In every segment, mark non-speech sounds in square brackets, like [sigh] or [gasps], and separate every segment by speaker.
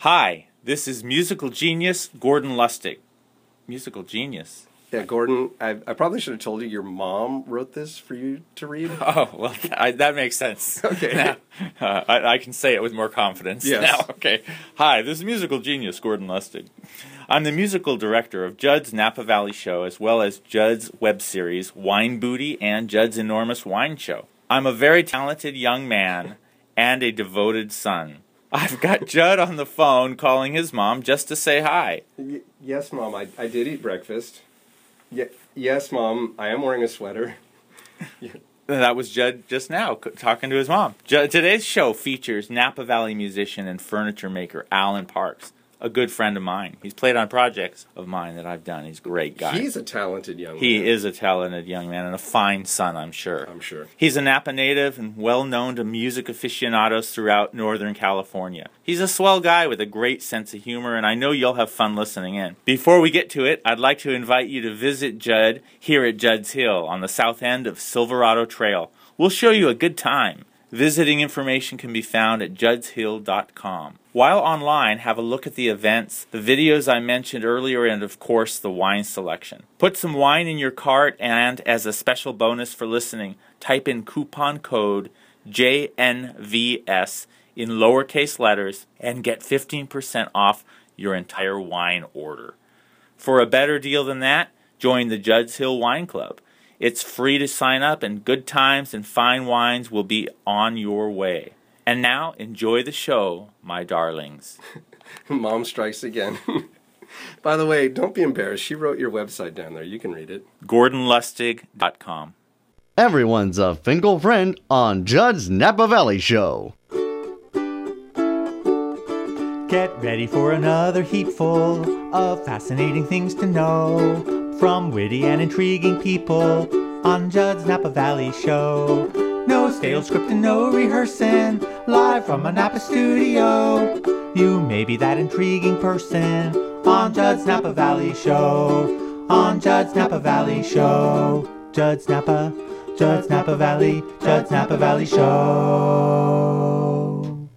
Speaker 1: Hi, this is musical genius Gordon Lustig. Musical genius.
Speaker 2: Yeah, Gordon, I, I probably should have told you your mom wrote this for you
Speaker 1: [laughs]
Speaker 2: to read.
Speaker 1: Oh well, I, that makes sense.
Speaker 2: [laughs] Okay.
Speaker 1: Now, uh, I, I can say it with more confidence.
Speaker 2: Yes.
Speaker 1: Now, [laughs] okay. Hi, this is musical genius Gordon Lustig. I'm the musical director of Judd's Napa Valley Show, as well as Judd's web series Wine Booty and Judd's Enormous Wine Show. I'm a very talented young man and a devoted son. I've got [laughs] Judd on the phone calling his mom just to say hi.
Speaker 2: Y- yes, mom, I, I did eat breakfast. Y- yes, mom, I am wearing a sweater.
Speaker 1: That was Judd just now c- talking to his mom. Judd, today's show features Napa Valley musician and furniture maker Alan Parks, a good friend of mine. He's played on projects of mine that I've done. He's a great guy.
Speaker 2: He's a talented young
Speaker 1: he
Speaker 2: man.
Speaker 1: is a talented young man and a fine son, I'm sure.
Speaker 2: I'm sure. [laughs]
Speaker 1: He's a Napa native and well known to music aficionados throughout Northern California. He's a swell guy with a great sense of humor, and I know you'll have fun listening in. Before we get to it, I'd like to invite you to visit Judd here at Judd's Hill on the south end of Silverado Trail. We'll show you a good time. Visiting information can be found at juddshill.com. While online, have a look at the events, the videos I mentioned earlier, and of course, the wine selection. Put some wine in your cart, and as a special bonus for listening, type in coupon code JNVS in lowercase letters and get 15% off your entire wine order. For a better deal than that, join the Judd's Hill Wine Club. It's free to sign up, and good times and fine wines will be on your way. And now, enjoy the show, my darlings.
Speaker 2: Mom strikes again. [laughs] By the way, don't be embarrassed. She wrote your website down there. You can read it.
Speaker 1: GordonLustig.com.
Speaker 3: Everyone's a Fingal friend on Judd's Napa Valley Show.
Speaker 4: Get ready for another heap full of fascinating things to know from witty and intriguing people on Judd's Napa Valley Show. No stale script and no rehearsing, live from a Napa studio. You may be that intriguing person on Judd's Napa Valley Show. On Judd's Napa Valley Show. Judd's Napa, Judd's Napa Valley, Judd's Napa Valley Show.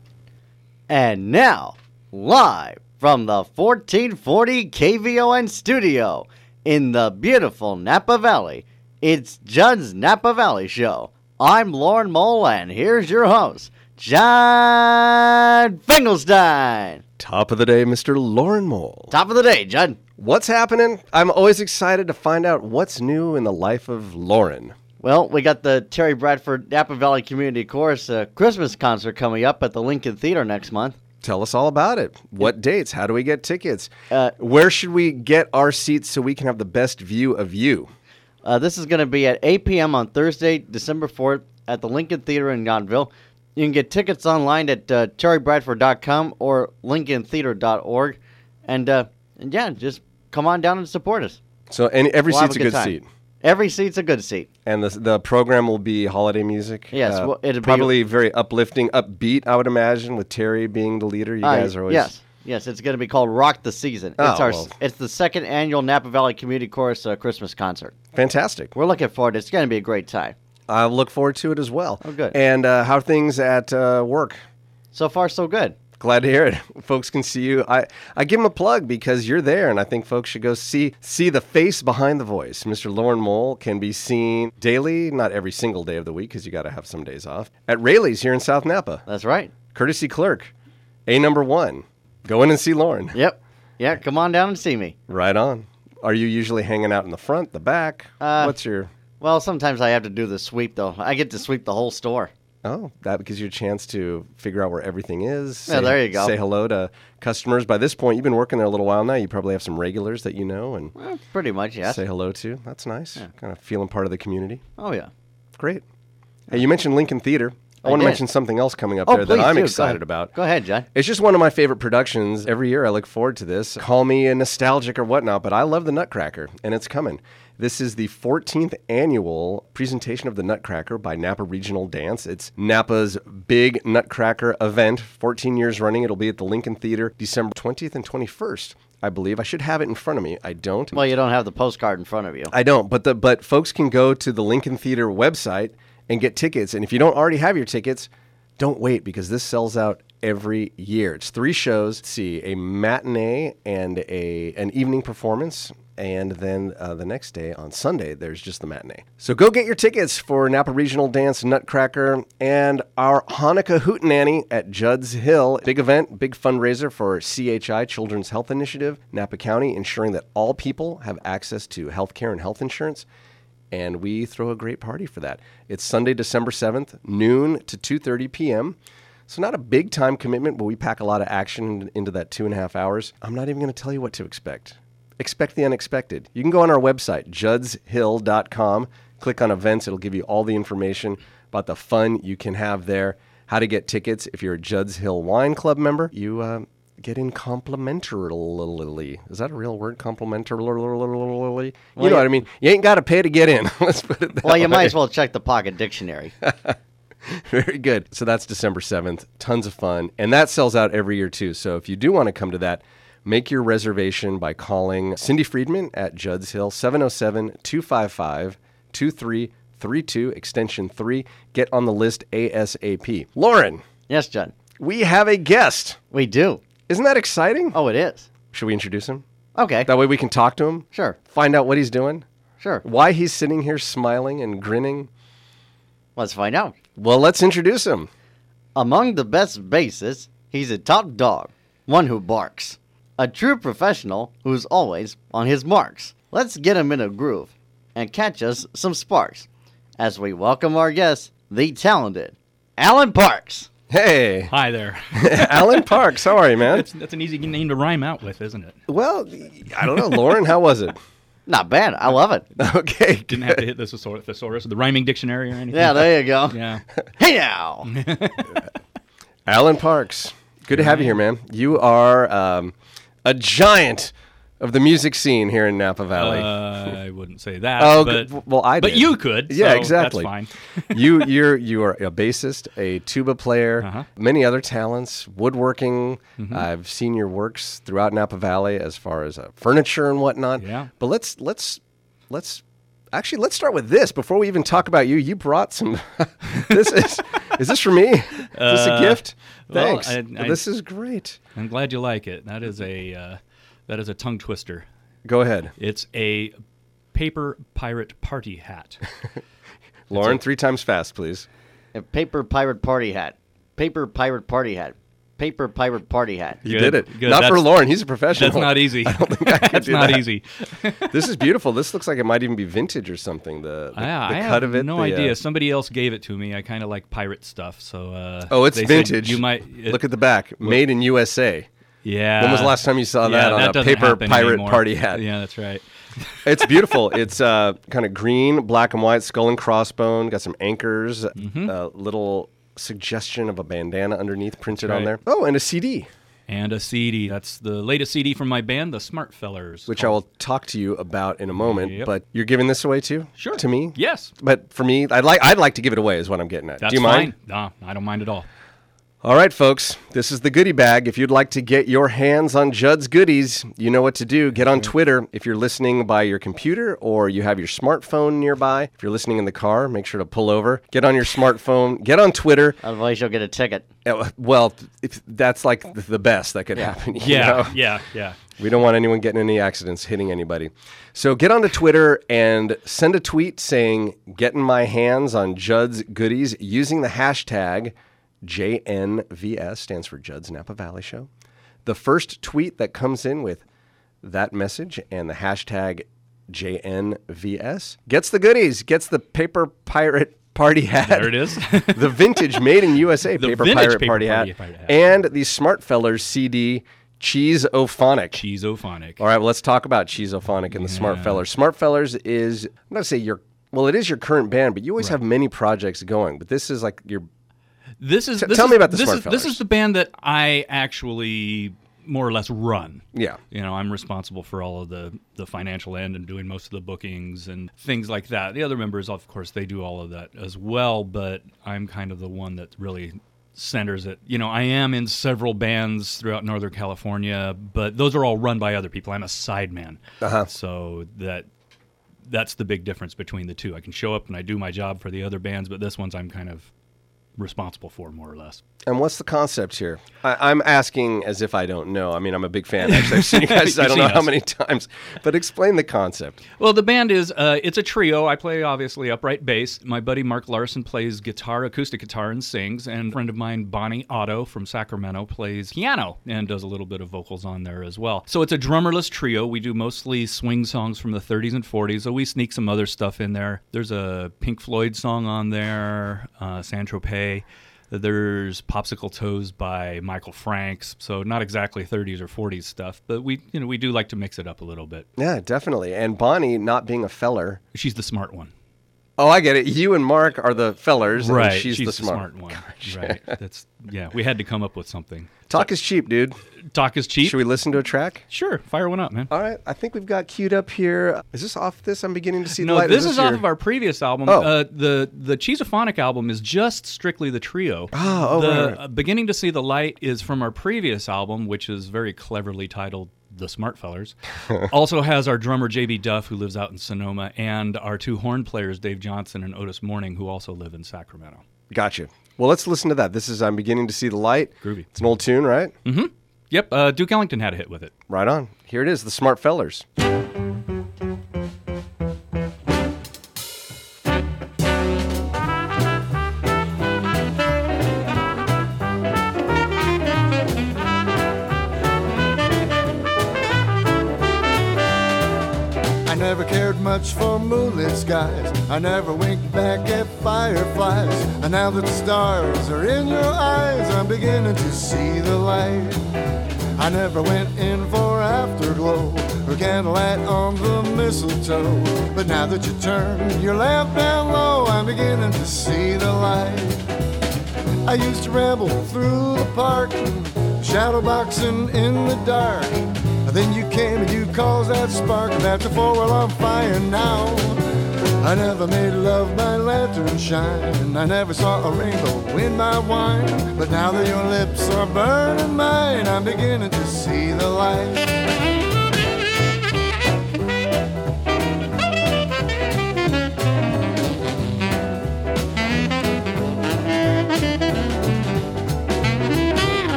Speaker 3: And now, live from the 1440 KVON studio in the beautiful Napa Valley, it's Judd's Napa Valley Show. I'm Lauren Mole, and here's your host, Judd Fingelstein.
Speaker 2: Top of the day, Mr. Lauren Mole.
Speaker 3: Top of the day, Judd.
Speaker 2: What's happening? I'm always excited to find out what's new in the life of Lauren.
Speaker 3: Well, we got the Terry Bradford Napa Valley Community Chorus uh, Christmas concert coming up at the Lincoln Theater next month.
Speaker 2: Tell us all about it. What dates? How do we get tickets?
Speaker 3: Uh,
Speaker 2: Where should we get our seats so we can have the best view of you?
Speaker 3: Uh, this is going to be at 8 p.m. on Thursday, December 4th, at the Lincoln Theater in Yountville. You can get tickets online at uh, terrybradford.com or lincolntheater.org. And, uh, and yeah, just come on down and support us.
Speaker 2: So, and every
Speaker 3: We'll have
Speaker 2: seat's a
Speaker 3: a
Speaker 2: good
Speaker 3: good time.
Speaker 2: seat.
Speaker 3: Every seat's a good seat.
Speaker 2: And the, the program will be holiday music. Uh,
Speaker 3: Yes, well, it'll be-
Speaker 2: probably very uplifting, upbeat. I would imagine with Terry being the leader. You
Speaker 3: Uh,
Speaker 2: guys are always
Speaker 3: Yes. Yes, it's going to be called Rock the Season.
Speaker 2: Oh,
Speaker 3: it's our
Speaker 2: well.
Speaker 3: it's the second annual Napa Valley Community Chorus uh, Christmas concert.
Speaker 2: fantastic.
Speaker 3: We're looking forward. to it. It's going to be a great time.
Speaker 2: I look forward to it as well.
Speaker 3: Oh, good.
Speaker 2: And uh, how are things at uh, work?
Speaker 3: So far, so good.
Speaker 2: Glad to hear it. Folks can see you. I, I give him a plug because you're there, and I think folks should go see see the face behind the voice. Mr. Lauren Mole can be seen daily, not every single day of the week because you got to have some days off, at Rayleigh's here in South Napa.
Speaker 3: That's right.
Speaker 2: Courtesy clerk, A number one. Go in and see Lauren.
Speaker 3: Yep. Yeah, come on down and see me.
Speaker 2: Right on. Are you usually hanging out in the front, the back?
Speaker 3: Uh,
Speaker 2: What's your.
Speaker 3: Well, sometimes I have to do the sweep though. I get to sweep the whole store.
Speaker 2: Oh, that gives you a chance to figure out where everything is.
Speaker 3: Yeah, there you go.
Speaker 2: Say hello to customers. By this point, you've been working there a little while now. You probably have some regulars that you know and
Speaker 3: Pretty much, yes.
Speaker 2: say hello to. That's nice. Kind of feeling part of the community.
Speaker 3: Oh yeah.
Speaker 2: Great. Hey, you mentioned Lincoln Theater. I,
Speaker 3: I
Speaker 2: want to
Speaker 3: did.
Speaker 2: mention something else coming up
Speaker 3: Oh,
Speaker 2: there
Speaker 3: please
Speaker 2: that I'm
Speaker 3: do. Go
Speaker 2: excited
Speaker 3: ahead.
Speaker 2: about.
Speaker 3: Go ahead, John.
Speaker 2: It's just one of my favorite productions. Every year I look forward to this. Call me a nostalgic or whatnot, but I love the Nutcracker, and it's coming. This is the 14th annual presentation of the Nutcracker by Napa Regional Dance. It's Napa's big Nutcracker event, 14 years running. It'll be at the Lincoln Theater December 20th and 21st, I believe. I should have it in front of me. I don't.
Speaker 3: Well, you don't have the postcard in front of you.
Speaker 2: [laughs] I don't, but the but folks can go to the Lincoln Theater website and get tickets. And if you don't already have your tickets, don't wait because this sells out every year. It's three shows. Let's see a matinee and a an evening performance. And then uh, the next day on Sunday, there's just the matinee. So go get your tickets for Napa Regional Dance Nutcracker and our Hanukkah Hootenanny at Judd's Hill. Big event, big fundraiser for CHI Children's Health Initiative, Napa County, ensuring that all people have access to health care and health insurance and we throw a great party for that. It's Sunday, December 7th, noon to 2.30 p.m. So not a big time commitment, but we pack a lot of action into that two and a half hours. I'm not even going to tell you what to expect. Expect the unexpected. You can go on our website, judshill.com, click on events. It'll give you all the information about the fun you can have there, how to get tickets. If you're a Judd's Hill Wine Club member, you uh, get in complimentarily. Is that a real word? Complimentarily? You know what I mean? You ain't got to pay to get in. [laughs] Let's put it that
Speaker 3: Well,
Speaker 2: way.
Speaker 3: you might as well check the pocket
Speaker 2: [laughs]
Speaker 3: dictionary.
Speaker 2: Very good. So that's December 7th. Tons of fun. And that sells out every year, too. So if you do want to come to that, make your reservation by calling Cindy Friedman at Judd's Hill, 707 255 2332, extension 3. Get on the list ASAP. Lauren,
Speaker 3: yes, John.
Speaker 2: we have a guest.
Speaker 3: We do.
Speaker 2: Isn't that exciting?
Speaker 3: Oh, it is.
Speaker 2: Should we introduce him?
Speaker 3: Okay.
Speaker 2: That way we can talk to him,
Speaker 3: Sure.
Speaker 2: find out what he's doing,
Speaker 3: Sure.
Speaker 2: why he's sitting here smiling and grinning.
Speaker 3: Let's find out.
Speaker 2: Well, let's introduce him.
Speaker 3: Among the best bassists, he's a top dog, one who barks, a true professional who's always on his marks. Let's get him in a groove and catch us some sparks as we welcome our guest, the talented Alan Parks.
Speaker 2: Hey,
Speaker 5: Hi there.
Speaker 2: Alan Parks. How are you, man?
Speaker 5: [laughs] That's, that's an easy name to rhyme out with, isn't it?
Speaker 2: Well, I don't know, Lauren. How was it?
Speaker 3: Not bad. I love it.
Speaker 2: Okay,
Speaker 5: Didn't have to hit the thesaurus, thesaurus or the rhyming dictionary or anything.
Speaker 3: Yeah, there you [laughs] go.
Speaker 2: [laughs]
Speaker 5: Yeah.
Speaker 3: Hey now.
Speaker 2: Alan Parks. Good to have you here, man. You are um, a giant of the music scene here in Napa Valley.
Speaker 5: Uh, I wouldn't say that.
Speaker 2: Oh,
Speaker 5: but,
Speaker 2: good. well, I
Speaker 5: But
Speaker 2: did.
Speaker 5: you could.
Speaker 2: Yeah,
Speaker 5: so
Speaker 2: exactly.
Speaker 5: That's
Speaker 2: [laughs]
Speaker 5: fine.
Speaker 2: you you're you are a bassist, a tuba player,
Speaker 5: Uh-huh. Mm-hmm.
Speaker 2: many other talents, woodworking. I've seen your works throughout Napa Valley as far as uh, furniture and whatnot.
Speaker 5: Yeah.
Speaker 2: But let's let's let's actually let's start with this before we even talk about you. You brought some. [laughs] this is is this for me? Is this a
Speaker 5: Uh,
Speaker 2: gift?
Speaker 5: well,
Speaker 2: Thanks.
Speaker 5: I- I-
Speaker 2: this is great.
Speaker 5: I'm glad you like it. That is a uh, that is a tongue twister.
Speaker 2: Go ahead,
Speaker 5: It's a paper pirate party hat.
Speaker 2: Lauren. Three times fast, please.
Speaker 3: A paper pirate party hat. Paper pirate party hat. Paper pirate party hat.
Speaker 2: [laughs] You
Speaker 5: Good,
Speaker 2: did it.
Speaker 5: good.
Speaker 2: Not for
Speaker 5: That's-
Speaker 2: Lauren. He's a professional.
Speaker 5: That's
Speaker 2: [laughs]
Speaker 5: not easy. [laughs] that's
Speaker 2: do
Speaker 5: not
Speaker 2: that.
Speaker 5: easy.
Speaker 2: this is beautiful. This looks like it might even be vintage or something. The, the,
Speaker 5: yeah,
Speaker 2: the
Speaker 5: I
Speaker 2: cut
Speaker 5: have
Speaker 2: of it.
Speaker 5: no
Speaker 2: the, uh,
Speaker 5: idea. Somebody else gave it to me. I kind of like pirate stuff, so. Uh,
Speaker 2: Oh, it's
Speaker 5: they said
Speaker 2: vintage.
Speaker 5: You might
Speaker 2: look at the back. Made in USA.
Speaker 5: Yeah.
Speaker 2: When was the last time you saw
Speaker 5: Ah. Yeah,
Speaker 2: that on a
Speaker 5: doesn't
Speaker 2: paper
Speaker 5: happen
Speaker 2: pirate
Speaker 5: anymore.
Speaker 2: party hat?
Speaker 5: Yeah, that's right.
Speaker 2: It's
Speaker 5: [laughs]
Speaker 2: beautiful. it's uh, kind of green, black and white, skull and crossbone. Got some anchors.
Speaker 5: Mm-hmm.
Speaker 2: A little suggestion of a bandana underneath printed on
Speaker 5: right.
Speaker 2: there. Oh, and a CD,
Speaker 5: And a CD. That's the latest CD from my band, the Smart Fellers.
Speaker 2: which I will talk to you about in a moment.
Speaker 5: Yep.
Speaker 2: But you're giving this away too?
Speaker 5: Sure.
Speaker 2: To me?
Speaker 5: Yes.
Speaker 2: But for me, I'd like I'd like to give it away. Is what I'm getting at.
Speaker 5: That's
Speaker 2: Do you mind?
Speaker 5: fine. Nah, I don't mind at all.
Speaker 2: All right, folks, this is the goodie bag. If you'd like to get your hands on Judd's goodies, you know what to do. Get on Twitter if you're listening by your computer or you have your smartphone nearby. If you're listening in the car, make sure to pull over. Get on your smartphone, get on Twitter.
Speaker 3: Otherwise you'll get a ticket.
Speaker 2: Uh, Well, if that's like th- the best that could happen. [laughs] [laughs] you
Speaker 5: Yeah,
Speaker 2: know?
Speaker 5: yeah, yeah.
Speaker 2: We don't want anyone getting any accidents, hitting anybody. So get onto Twitter and send a tweet saying, getting my hands on Judd's goodies using the hashtag JNVS, stands for Judd's Napa Valley Show. The first tweet that comes in with that message and the hashtag JNVS gets the goodies, gets the paper pirate party hat.
Speaker 5: There it
Speaker 2: [laughs]
Speaker 5: is. [laughs]
Speaker 2: the vintage made in USA
Speaker 5: The
Speaker 2: paper
Speaker 5: vintage
Speaker 2: pirate
Speaker 5: paper
Speaker 2: party,
Speaker 5: party
Speaker 2: hat,
Speaker 5: pirate hat.
Speaker 2: and the Smart Fellers CD Cheese Ophonic.
Speaker 5: Cheesophonic.
Speaker 2: All right, well, let's talk about Cheesophonic and the Smart Fellers. Smart Fellers is, I'm not to say your, well, it is your current band, but you always have many projects going. But this is like your,
Speaker 5: This is. This
Speaker 2: tell
Speaker 5: is,
Speaker 2: me about the
Speaker 5: this
Speaker 2: Smart
Speaker 5: is, This
Speaker 2: Fellers.
Speaker 5: is the band that I actually more or less run.
Speaker 2: yeah.
Speaker 5: You know, I'm responsible for all of the the financial end and doing most of the bookings and things like that. The other members, of course, they do all of that as well, but I'm kind of the one that really centers it. You know, I am in several bands throughout Northern California, but those are all run by other people. I'm a sideman. Uh-huh. So that that's the big difference between the two. I can show up and I do my job for the other bands, but this one's I'm kind of responsible for, more or less.
Speaker 2: And what's the concept here? I, I'm asking as if I don't know. I mean, I'm a big fan. Actually, I've
Speaker 5: [laughs]
Speaker 2: seen you guys. I don't
Speaker 5: You've seen
Speaker 2: know how
Speaker 5: us.
Speaker 2: many times, but explain the concept.
Speaker 5: Well, the band is uh, it's a trio. I play obviously upright bass. My buddy Mark Larson plays guitar, acoustic guitar, and sings. And a friend of mine, Bonnie Otto from Sacramento, plays piano and does a little bit of vocals on there as well. So it's a drummerless trio. We do mostly swing songs from the 30s and 40s. So we sneak some other stuff in there. There's a Pink Floyd song on there, uh, San Tropez. There's Popsicle Toes by Michael Franks, so not exactly 30s or 40s stuff, but we you know we do like to mix it up a little bit.
Speaker 2: Yeah, definitely. And Bonnie not being a feller.
Speaker 5: She's the smart one.
Speaker 2: Oh, I get it. You and Mark are the fellers,
Speaker 5: right.
Speaker 2: and she's, the smart. [laughs]
Speaker 5: one. Right. That's yeah. We had to come up with something.
Speaker 2: Talk is cheap, dude.
Speaker 5: Talk is cheap.
Speaker 2: Should we listen to a track?
Speaker 5: Sure. Fire one up, man.
Speaker 2: All right, I think we've got queued up here. Is this off this? I'm beginning to see the
Speaker 5: No,
Speaker 2: light.
Speaker 5: this is off
Speaker 2: your-
Speaker 5: of our previous album.
Speaker 2: Oh.
Speaker 5: Uh, the the Cheesophonic album is just strictly the trio.
Speaker 2: Ah, oh,
Speaker 5: the
Speaker 2: right, right.
Speaker 5: uh, beginning to see the light is from our previous album, which is very cleverly titled "The
Speaker 2: [laughs]
Speaker 5: Smart Fellers." also has our drummer JB Duff, who lives out in Sonoma, and our two horn players Dave Johnson and Otis Morning, who also live in Sacramento.
Speaker 2: Gotcha. Well, let's listen to that. This is I'm beginning to see the light.
Speaker 5: Groovy. Mm-hmm.
Speaker 2: It's an old tune, right?
Speaker 5: Yep, uh, Duke Ellington had a hit with it.
Speaker 2: Right on. Here it is, the Smart Fellers.
Speaker 6: I never cared much for moonlit skies. I never winked back at fireflies. And now that the stars are in your eyes, I'm beginning to see the light. I never went in for afterglow or candlelight on the mistletoe. But now that you turn your lamp down low, I'm beginning to see the light. I used to ramble through the park, shadow boxing in the dark. And then you came and you caused that spark, and after four, well, I'm fire now. I never made love by lantern shine, and I never saw a rainbow in my wine. But now that your lips are burning mine, I'm beginning to see the light.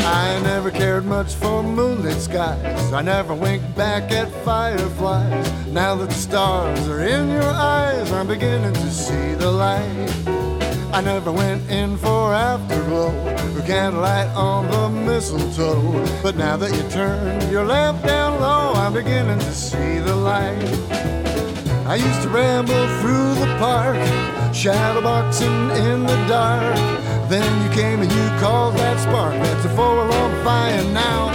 Speaker 6: I never cared much for moonlit skies. I never winked back at fireflies. Now that the stars are in your eyes, I'm beginning to see the light. I never went in for afterglow or candlelight on the mistletoe. But now that you turn your lamp down low, I'm beginning to see the light. I used to ramble through the park, shadow boxing in the dark. Then you came and you called that spark that's a four alarm fire now.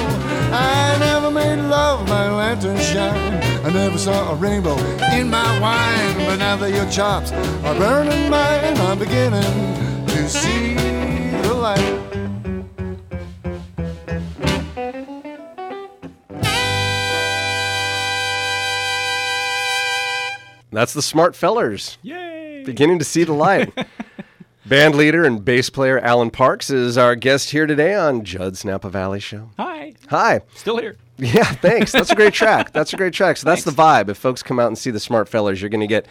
Speaker 6: I never made love my lantern shine. I never saw a rainbow in my wine. But now that your chops are burning mine, I'm beginning to see the light.
Speaker 2: That's the Smart Fellers
Speaker 5: Yay!
Speaker 2: beginning to see the
Speaker 5: [laughs]
Speaker 2: light. Band leader and bass player Alan Parks is our guest here today on Judd Napa Valley Show.
Speaker 5: Hi.
Speaker 2: Hi. [laughs]
Speaker 5: Still here.
Speaker 2: Yeah, thanks. That's a great track. That's a great track. So that's the vibe. If folks come out and see the Smart Fellers, you're going to get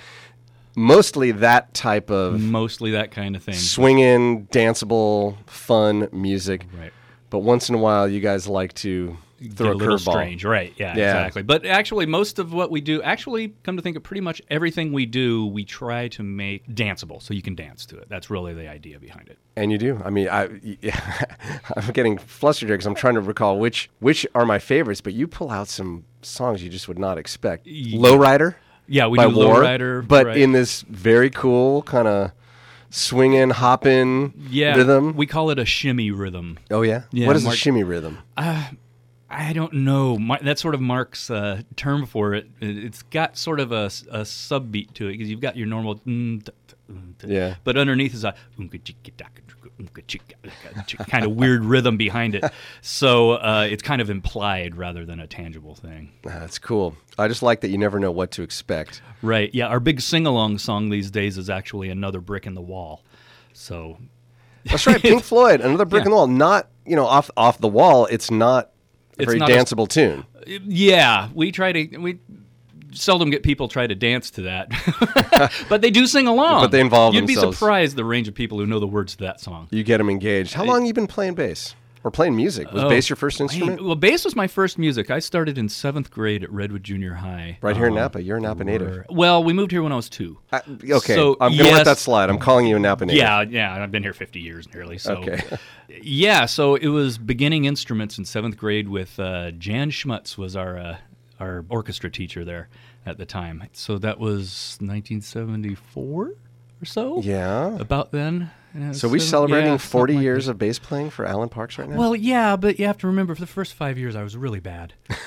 Speaker 2: mostly that type of
Speaker 5: Mostly that kind of thing.
Speaker 2: swinging, danceable, fun music.
Speaker 5: Right.
Speaker 2: But once in a while, you guys like to
Speaker 5: They're
Speaker 2: throw a,
Speaker 5: a little
Speaker 2: curveball.
Speaker 5: strange, right? Yeah,
Speaker 2: Yeah.
Speaker 5: exactly. But actually, most of what we do, actually, come to think of, pretty much everything we do, we try to make danceable, so you can dance to it. That's really the idea behind it.
Speaker 2: And you do. I mean, I yeah, [laughs] I'm getting flustered here because I'm trying to recall which which are my favorites. But you pull out some songs you just would not expect. Lowrider.
Speaker 5: Yeah, we
Speaker 2: by
Speaker 5: do
Speaker 2: War,
Speaker 5: Lowrider,
Speaker 2: but
Speaker 5: right.
Speaker 2: in this very cool kind of swinging, hopping
Speaker 5: Yeah,
Speaker 2: rhythm.
Speaker 5: We call it a shimmy rhythm.
Speaker 2: oh yeah.
Speaker 5: Yeah,
Speaker 2: what is a
Speaker 5: Mark-
Speaker 2: shimmy rhythm?
Speaker 5: Uh, I don't know. Mar- That sort of marks uh, term for it. It- It's got sort of a, s- a subbeat to it because you've got your normal. mm, t- t- mm, t-
Speaker 2: Yeah.
Speaker 5: But underneath is a kind of weird rhythm behind it. So uh, it's kind of implied rather than a tangible thing.
Speaker 2: Ah, That's cool. I just like that you never know what to
Speaker 5: [laughs]
Speaker 2: expect.
Speaker 5: Right. Yeah. Our big sing along song these days is actually another brick in the wall. So
Speaker 2: That's right. Pink Floyd, another brick in the wall. Not you know off off the wall. It's not a
Speaker 5: It's
Speaker 2: very
Speaker 5: not a-
Speaker 2: danceable tune.
Speaker 5: Yeah, we try to we seldom get people try to dance to that, [laughs] but they do sing along.
Speaker 2: But they involve
Speaker 5: You'd be
Speaker 2: themselves.
Speaker 5: surprised the range of people who know the words to that song.
Speaker 2: You get them engaged. How long you been playing bass or playing music? Was
Speaker 5: Oh,
Speaker 2: bass your first
Speaker 5: I-
Speaker 2: instrument?
Speaker 5: well, bass was my first music. I started in seventh grade at Redwood Junior High.
Speaker 2: Right here in
Speaker 5: Um,
Speaker 2: Napa. You're a Napa native.
Speaker 5: where- Well, we moved here when I was two.
Speaker 2: I, okay,
Speaker 5: So,
Speaker 2: I'm gonna let
Speaker 5: yes.
Speaker 2: that slide. I'm calling you a Napa native.
Speaker 5: Yeah, yeah, I've been here 50 years nearly. So,
Speaker 2: Okay.
Speaker 5: [laughs] yeah, so it was beginning instruments in seventh grade with uh, Jan Schmutz was our uh, our orchestra teacher there at the time. So that was 1974 or so.
Speaker 2: Yeah.
Speaker 5: about then. Yeah,
Speaker 2: So we
Speaker 5: seven-
Speaker 2: celebrating
Speaker 5: yeah,
Speaker 2: 40
Speaker 5: something like
Speaker 2: years
Speaker 5: that.
Speaker 2: of bass playing for Alan Parks right now.
Speaker 5: Well, yeah, but you have to remember for the first five years I was really bad.
Speaker 2: [laughs]
Speaker 5: [laughs]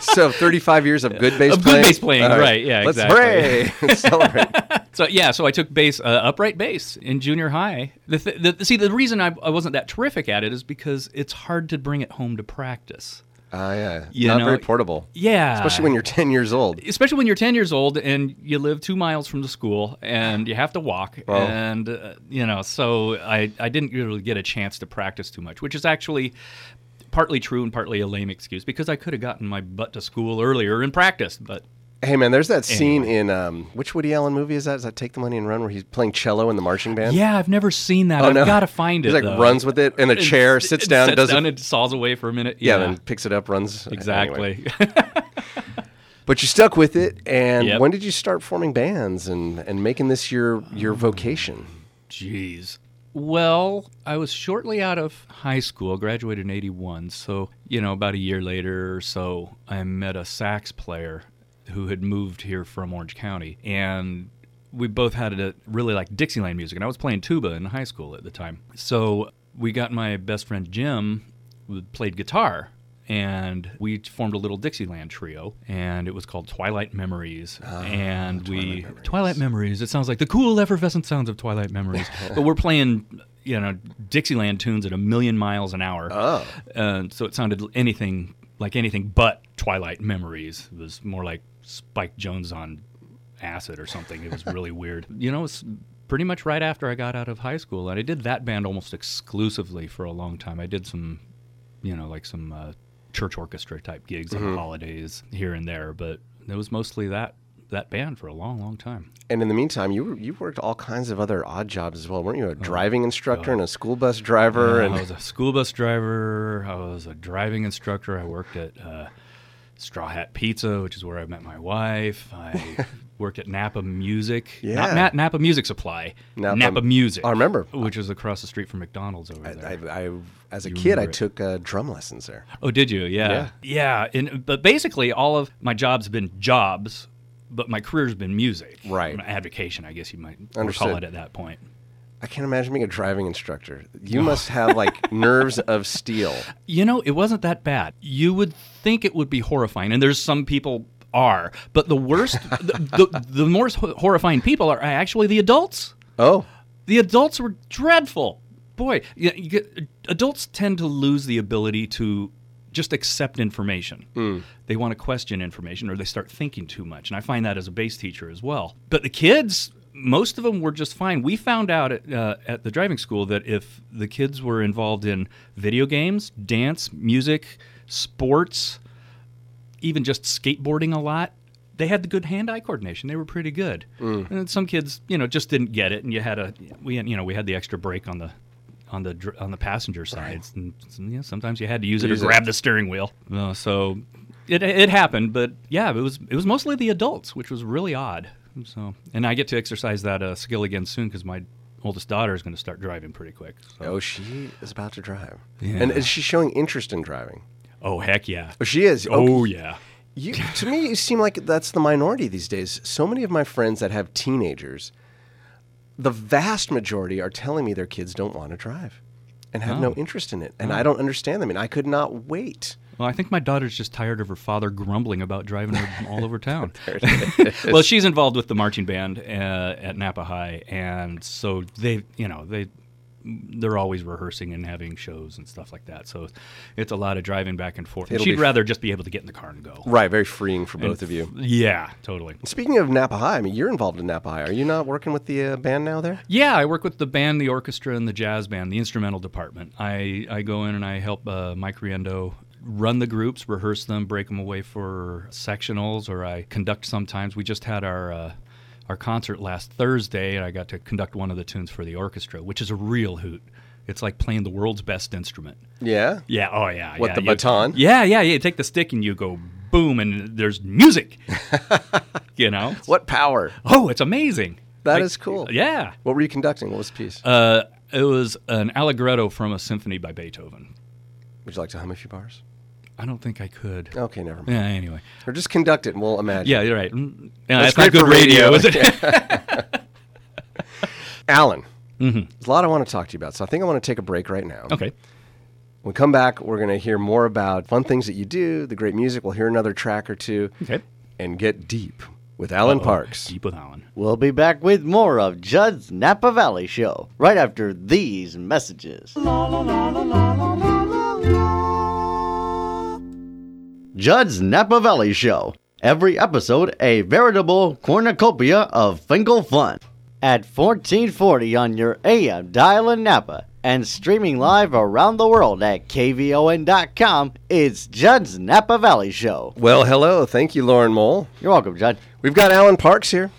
Speaker 2: so 35 years of good
Speaker 5: [laughs]
Speaker 2: bass
Speaker 5: Of good
Speaker 2: playing.
Speaker 5: bass playing, right, yeah,
Speaker 2: Let's
Speaker 5: exactly. [laughs]
Speaker 2: hooray! [laughs] celebrate.
Speaker 5: So yeah, so I took bass, uh, upright bass in junior high. The th- the, see, the reason I, I wasn't that terrific at it is because it's hard to bring it home to practice.
Speaker 2: Ah, yeah.
Speaker 5: You
Speaker 2: Not
Speaker 5: know,
Speaker 2: very portable.
Speaker 5: Yeah,
Speaker 2: Especially when you're 10 years old.
Speaker 5: especially when you're 10 years old and you live two miles from the school and you have to walk and uh, you know so I, I didn't really get a chance to practice too much which is actually partly true and partly a lame excuse because i could have gotten my butt to school earlier and practiced but
Speaker 2: Hey, man, there's that scene in um, which Woody Allen movie is that? Is that Take the Money and Run where he's playing cello in the marching band?
Speaker 5: yeah i've never seen that i've got to find
Speaker 2: Oh, He
Speaker 5: it
Speaker 2: like
Speaker 5: though.
Speaker 2: runs with it in a
Speaker 5: And
Speaker 2: chair,
Speaker 5: s-
Speaker 2: sits
Speaker 5: and
Speaker 2: down, does
Speaker 5: down
Speaker 2: it.
Speaker 5: and saws away for a minute
Speaker 2: yeah, then picks it up, runs. anyway.
Speaker 5: exactly
Speaker 2: But you stuck with it, and
Speaker 5: Yep.
Speaker 2: when did you start forming bands and, and making this your your
Speaker 5: Um.
Speaker 2: vocation?
Speaker 5: Jeez. Well, I was shortly out of high school, graduated in 81. So, you know, about a year later or so, I met a sax player who had moved here from Orange County. And we both had a really like Dixieland music. And I was playing tuba in high school at the time. So we got my best friend Jim, who played guitar. And we formed a little Dixieland trio, and it was called Twilight Memories. and we Ah, Twilight Memories. It sounds like the cool effervescent sounds of Twilight [laughs] Memories, but we're playing, you know, Dixieland tunes at a million miles an hour. Oh, so it sounded anything like anything but Twilight Memories. It was more like Spike Jones on acid or something. [laughs] It was really weird. You know, it's pretty much right after I got out of high school, and I did that band almost exclusively for a long time. I did some, you know, like some uh, church orchestra type gigs
Speaker 2: Mm-hmm.
Speaker 5: on holidays here and there, but it was mostly that that band for a long, long time.
Speaker 2: And in the meantime, you were- you worked all kinds of other odd jobs as well, weren't
Speaker 5: Oh
Speaker 2: you? A driving instructor and a school bus driver,
Speaker 5: Uh, I
Speaker 2: and
Speaker 5: was a school bus driver. I was a driving instructor. I worked at uh, Straw Hat Pizza, which is where I met my wife.
Speaker 2: [laughs]
Speaker 5: I worked at Napa Music.
Speaker 2: Yeah.
Speaker 5: Not Nat, Napa Music Supply.
Speaker 2: Napa-
Speaker 5: Napa, Music.
Speaker 2: I remember.
Speaker 5: Which is across the street from McDonald's over there.
Speaker 2: I, [laughs] I as a kid, I
Speaker 5: remember it.
Speaker 2: took uh, drum lessons there.
Speaker 5: oh, did you? Yeah. Yeah. and, but basically, all of my job's been jobs, but my career's been music.
Speaker 2: Right.
Speaker 5: My Advocation, I guess you might
Speaker 2: Understood.
Speaker 5: call it at that point.
Speaker 2: I can't imagine being a driving instructor.
Speaker 5: Oh.
Speaker 2: You must have
Speaker 5: [laughs]
Speaker 2: like nerves of steel.
Speaker 5: You know, it wasn't that bad. You would think it would be horrifying, and there's some people are, but the worst, [laughs] the, the, the more ho- horrifying people are actually the adults.
Speaker 2: Oh,
Speaker 5: The adults were dreadful. Boy, you, you get, adults tend to lose the ability to just accept information. They want to question information or they start thinking too much. And I find that as a bass teacher as well. But the kids, most of them were just fine. We found out at, uh, at the driving school that if the kids were involved in video games, dance, music, sports, even just skateboarding a lot, they had the good hand-eye coordination. They were pretty good.
Speaker 2: Mm.
Speaker 5: And then some kids, you know, just didn't get it, and you had a we had, you know we had the extra brake on the on the dr- on the passenger sides, and you know, sometimes you had to use it
Speaker 2: Use it.
Speaker 5: or grab the steering wheel. Uh, so it it happened, but yeah, it was it was mostly the adults, which was really odd. So and I get to exercise that uh, skill again soon because my oldest daughter is going to start driving pretty quick. So.
Speaker 2: oh, she is about to drive, and is she showing interest in driving?
Speaker 5: Oh heck yeah!
Speaker 2: Oh, she is. Okay.
Speaker 5: Oh yeah.
Speaker 2: You, to me, you seem like that's the minority these days. So many of my friends that have teenagers, the vast majority are telling me their kids don't want to drive and have no interest in it. And I don't understand them. And I could not wait.
Speaker 5: Well, I think my daughter's just tired of her father grumbling about driving her
Speaker 2: [laughs]
Speaker 5: all over town. well, she's involved with the marching band uh, at Napa High, and so they, you know, they they're always rehearsing and having shows and stuff like that. So it's a lot of driving back and forth.
Speaker 2: It'll be
Speaker 5: She'd
Speaker 2: f-
Speaker 5: rather just be able to get in the car and go.
Speaker 2: Right. Very freeing for both of you.
Speaker 5: Yeah, totally.
Speaker 2: Speaking of Napa High, I mean, you're involved in Napa High. Are you not working with the uh, band now there?
Speaker 5: Yeah, I work with the band, the orchestra, and the jazz band, the instrumental department. I, I go in and I help uh, Mike Riendo run the groups, rehearse them, break them away for sectionals, or I conduct sometimes. We just had our. Uh, our concert last Thursday, and I got to conduct one of the tunes for the orchestra, which is a real hoot. It's like playing the world's best instrument.
Speaker 2: Yeah.
Speaker 5: Yeah, oh yeah.
Speaker 2: What,
Speaker 5: yeah,
Speaker 2: the
Speaker 5: you-
Speaker 2: baton?
Speaker 5: Yeah, yeah, yeah. You take the stick and you go boom, and there's
Speaker 2: [laughs]
Speaker 5: music. you know?
Speaker 2: What power?
Speaker 5: Oh, it's amazing.
Speaker 2: That
Speaker 5: That is
Speaker 2: is cool.
Speaker 5: Yeah.
Speaker 2: What were you conducting? What was the piece?
Speaker 5: Uh, it was an allegretto from a symphony by Beethoven.
Speaker 2: Would you like to hum a few bars?
Speaker 5: I don't think I could.
Speaker 2: Okay, never mind.
Speaker 5: Yeah, anyway.
Speaker 2: Or just conduct it and we'll imagine.
Speaker 5: Yeah, you're right. Mm, Yeah,
Speaker 2: That's
Speaker 5: that's not
Speaker 2: great
Speaker 5: good
Speaker 2: for radio.
Speaker 5: radio, is
Speaker 2: [laughs]
Speaker 5: it? [laughs]
Speaker 2: Alan, there's a lot I want to talk to you about. So I think I want to take a break right now.
Speaker 5: okay.
Speaker 2: When we come back, we're going to hear more about fun things that you do, the great music. We'll hear another track or two
Speaker 5: Okay.
Speaker 2: and get deep with Alan Parks.
Speaker 5: Deep with Alan.
Speaker 3: We'll be back with more of Judd's Napa Valley Show right after these messages. Judd's Napa Valley Show. Every episode, a veritable cornucopia of Finkel fun. At 1440 on your AM dial in Napa and streaming live around the world at KVON.com, it's Judd's Napa Valley Show.
Speaker 2: Well, hello. Thank you, Lauren Mole.
Speaker 3: You're welcome, Judd.
Speaker 2: We've got Alan Parks here.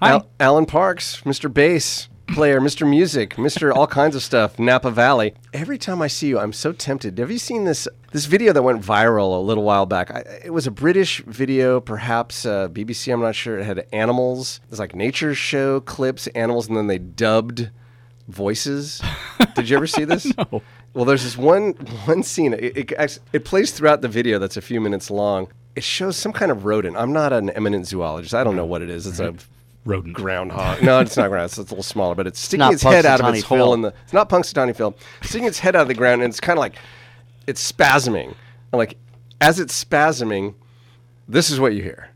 Speaker 5: Hi.
Speaker 2: Alan Parks, Mr. Bass player, Mr. Music, Mr. All kinds of stuff, Napa Valley. Every time I see you, I'm so tempted. Have you seen this this video that went viral a little while back? I, it was a British video, perhaps uh, BBC. I'm not sure. It had animals. It was like nature show clips, animals, and then they dubbed voices. Did you ever see this? no. Well, there's this one one scene. It, it, act- it plays throughout the video. That's a few minutes long. It shows some kind of rodent. I'm not an eminent zoologist. I don't know what it is. It's a
Speaker 5: Rodent.
Speaker 2: groundhog. No, it's not groundhog. It's a little smaller, but it's sticking
Speaker 3: not
Speaker 2: its head out of
Speaker 3: Punxsutawney
Speaker 2: its
Speaker 3: Phil.
Speaker 2: hole in the. It's not Punxsutawney Phil. Sticking its head out of the ground, and it's kind of like it's spasming. And like as it's spasming, this is what you hear.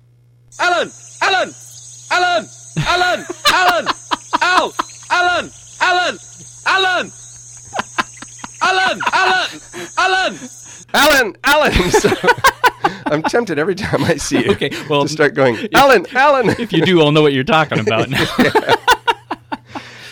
Speaker 7: Alan, Alan, Alan, Alan, Alan, Al, Alan, Alan, Alan, Alan, Alan, Alan.
Speaker 2: Alan, Alan. [laughs] So, I'm tempted every time I see you.
Speaker 5: Okay, well,
Speaker 2: to start going, Alan, Alan.
Speaker 5: If you do, I'll know what you're talking about.
Speaker 2: [laughs]
Speaker 5: now.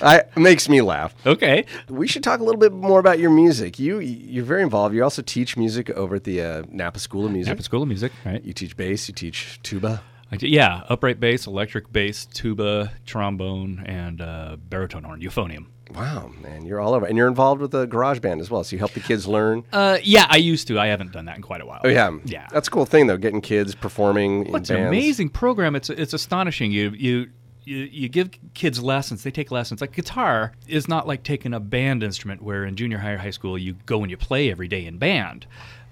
Speaker 2: I it makes me laugh.
Speaker 5: okay.
Speaker 2: We should talk a little bit more about your music. You you're very involved. You also teach music over at the uh, Napa School of Music.
Speaker 5: Napa School of Music, right?
Speaker 2: You teach bass. You teach tuba.
Speaker 5: I do- yeah, upright bass, electric bass, tuba, trombone, and uh, baritone horn, euphonium.
Speaker 2: Wow, man, you're all over, and you're involved with the Garage Band as well. So you help the kids learn.
Speaker 5: Uh, yeah, I used to. I haven't done that in quite a while.
Speaker 2: oh yeah,
Speaker 5: Yeah.
Speaker 2: that's a cool thing though. Getting kids performing. in
Speaker 5: What's an
Speaker 2: bands.
Speaker 5: amazing program. It's it's astonishing. You you. You, you give kids lessons; they take lessons. Like guitar is not like taking a band instrument, where in junior high or high school you go and you play every day in band.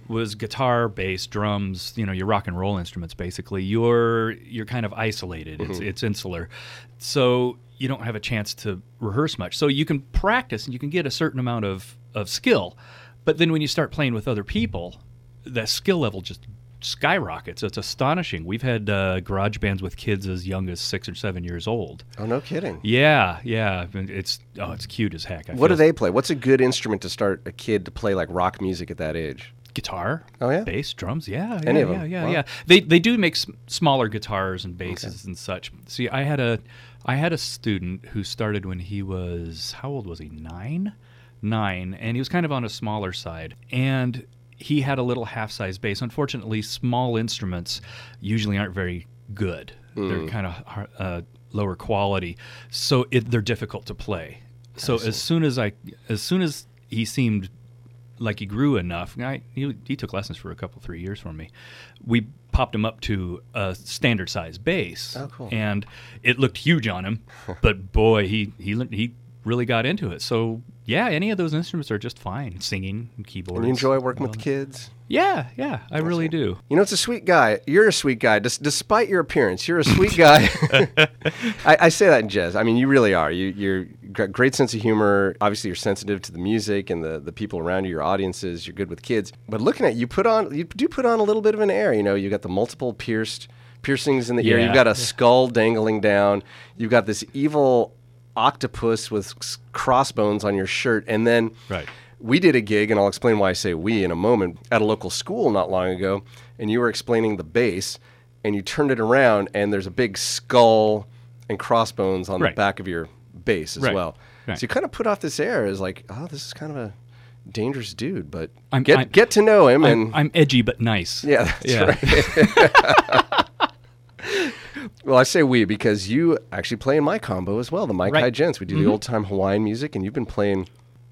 Speaker 5: was guitar, bass, drums, you know, your rock and roll instruments basically. You're you're kind of isolated. It's it's insular. So you don't have a chance to rehearse much. So you can practice and you can get a certain amount of of skill. But then when you start playing with other people, that skill level just skyrockets. It's astonishing. We've had uh, garage bands with kids as young as 6 or 7 years old.
Speaker 2: Oh, no kidding.
Speaker 5: Yeah, yeah. It's oh, it's cute as heck. I
Speaker 2: What do
Speaker 5: feel-
Speaker 2: they play? What's a good instrument to start a kid to play like rock music at that age?
Speaker 5: guitar?
Speaker 2: Oh, yeah?
Speaker 5: bass, drums. Yeah,
Speaker 2: Any
Speaker 5: yeah,
Speaker 2: of
Speaker 5: yeah,
Speaker 2: 'em?
Speaker 5: yeah,
Speaker 2: Wow.
Speaker 5: yeah. They they do make s- smaller guitars and basses and such. See, I had a I had a student who started when he was how old was he? Nine, nine, and he was kind of on a smaller side and. He had a little half-size bass. Unfortunately, small instruments usually aren't very good.
Speaker 2: Hmm.
Speaker 5: They're kind of uh, lower quality, so it, they're difficult to play. So as soon as I, as soon as he seemed like he grew enough. I, he, he took lessons for a couple, three years from me. We popped him up to a standard size bass.
Speaker 2: Oh, cool.
Speaker 5: And it looked huge on
Speaker 2: [laughs]
Speaker 5: him, but boy, he, he, le- he really got into it. So, yeah, any of those instruments are just fine singing and keyboards.
Speaker 2: And you enjoy working with the kids?
Speaker 5: Yeah, yeah, I really do.
Speaker 2: You know, it's a sweet guy. You're a sweet guy. Des- despite your appearance, you're a sweet
Speaker 5: [laughs]
Speaker 2: guy. I, I say that in jest. I mean, you really are. You, you're got great sense of humor. Obviously, you're sensitive to the music and the, the people around you, your audiences. You're good with kids. But looking at you, put on you do put on a little bit of an air. You know, you got the multiple pierced piercings in the ear.
Speaker 5: Yeah.
Speaker 2: You've got a skull dangling down. You've got this evil octopus with s- crossbones on your shirt, and then
Speaker 5: Right.
Speaker 2: we did a gig, and I'll explain why I say we in a moment, at a local school not long ago, and you were explaining the bass, and you turned it around, and there's a big skull and crossbones on the
Speaker 5: Right.
Speaker 2: back of your bass as
Speaker 5: Right.
Speaker 2: well.
Speaker 5: Right.
Speaker 2: So you kind of put off this air as like, oh, this is kind of a dangerous dude, but
Speaker 5: I'm-
Speaker 2: get
Speaker 5: I'm-
Speaker 2: get to know him, and
Speaker 5: I'm, I'm edgy but nice.
Speaker 2: yeah, that's
Speaker 5: yeah.
Speaker 2: right. Well, I say we because you actually play in my combo as well, the Mike
Speaker 5: Right. Mm-hmm.
Speaker 2: High Gents. We do the old time Hawaiian music, and you've been playing,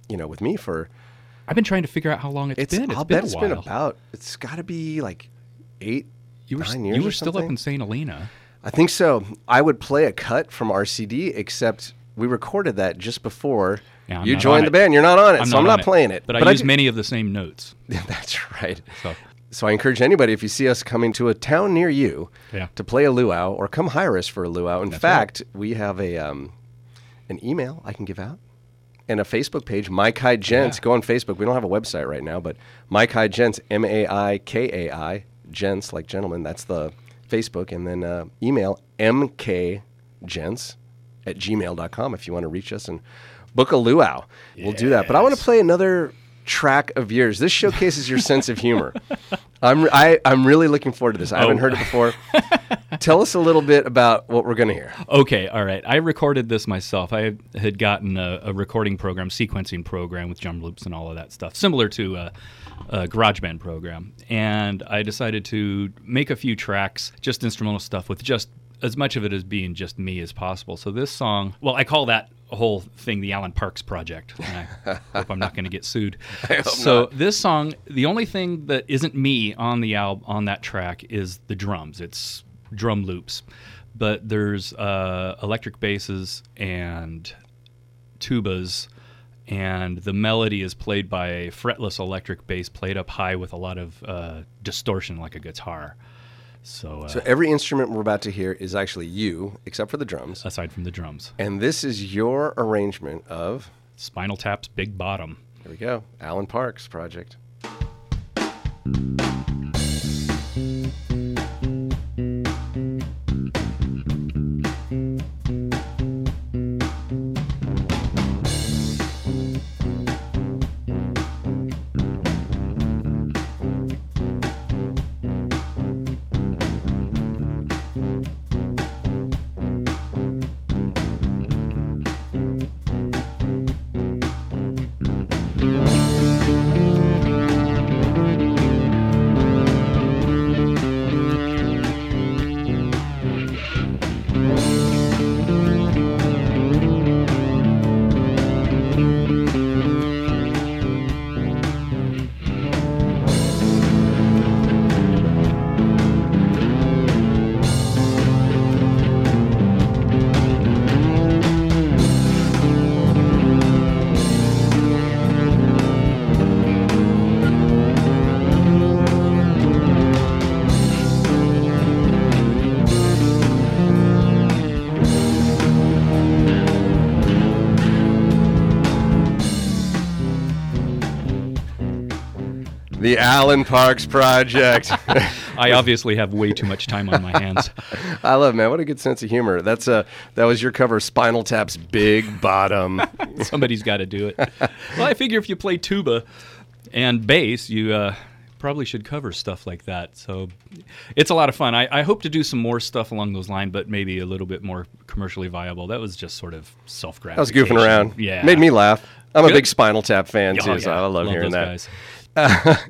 Speaker 2: you know, with me for
Speaker 5: [laughs] I've been trying to figure out how long it's been.
Speaker 2: I'll
Speaker 5: been
Speaker 2: bet
Speaker 5: a
Speaker 2: it's
Speaker 5: while.
Speaker 2: been about. It's got to be like eight.
Speaker 5: you were, s-
Speaker 2: nine years
Speaker 5: you
Speaker 2: or
Speaker 5: were still up
Speaker 2: something.
Speaker 5: in St. Helena.
Speaker 2: I think so. I would play a cut from RCD, except we recorded that just before
Speaker 5: Yeah, I'm
Speaker 2: you
Speaker 5: not
Speaker 2: joined
Speaker 5: on
Speaker 2: the
Speaker 5: it.
Speaker 2: band. You're not on it, so I'm
Speaker 5: on
Speaker 2: not playing it.
Speaker 5: But, I use
Speaker 2: do-
Speaker 5: many of the same notes.
Speaker 2: [laughs] That's right.
Speaker 5: So.
Speaker 2: So I encourage anybody if you see us coming to a town near you
Speaker 5: Yeah.
Speaker 2: to play a luau or come hire us for a luau. In fact, we have a um, an email I can give out and a Facebook page, Mike High Gents. Go on Facebook. We don't have a website right now, but Mike High Gents, M A I K A I Gents, like gentlemen. That's the Facebook, and then uh, email mkgents at gmail.com if you want to reach us and book a luau. We'll do that. But I want to play another track of yours. This showcases your sense of humor. [laughs] I'm I, I'm really looking forward to this. I haven't
Speaker 5: Oh.
Speaker 2: heard it before. Tell us a little bit about what we're gonna hear.
Speaker 5: Okay, all right. I recorded this myself. I had gotten a, a recording program, sequencing program with drum loops and all of that stuff, similar to a, a GarageBand program. And I decided to make a few tracks, just instrumental stuff, with just as much of it as being just me as possible. So this song, well, I call that whole thing the Alan Parks Project. And I hope I'm not going to get sued. so this song, the only thing that isn't me on the al- on that track is the drums. It's drum loops but there's uh, electric basses and tubas, and the melody is played by a fretless electric bass played up high with a lot of uh, distortion like a guitar. So, uh,
Speaker 2: So every instrument we're about to hear is actually you, except for the drums.
Speaker 5: aside from the drums,
Speaker 2: And this is your arrangement of
Speaker 5: Spinal Tap's Big Bottom.
Speaker 2: here we go, Alan Parks project.
Speaker 8: Thank
Speaker 2: The Alan Parks Project.
Speaker 5: I obviously have way too much time on my hands.
Speaker 2: [laughs] I love man. What a good sense of humor. That's uh that was your cover. of Spinal Tap's Big
Speaker 5: [laughs]
Speaker 2: Bottom.
Speaker 5: Somebody's got to do it. Well, I figure if you play tuba and bass, you uh, probably should cover stuff like that. So it's a lot of fun. I, I hope to do some more stuff along those lines, but maybe a little bit more commercially viable. That was just sort of self
Speaker 2: I was
Speaker 5: gratification.
Speaker 2: goofing around.
Speaker 5: Yeah.
Speaker 2: Made me laugh. I'm a
Speaker 5: Good.
Speaker 2: big Spinal Tap fan
Speaker 5: Oh,
Speaker 2: too, so
Speaker 5: yeah.
Speaker 2: I love, hearing
Speaker 5: those
Speaker 2: that.
Speaker 5: guys.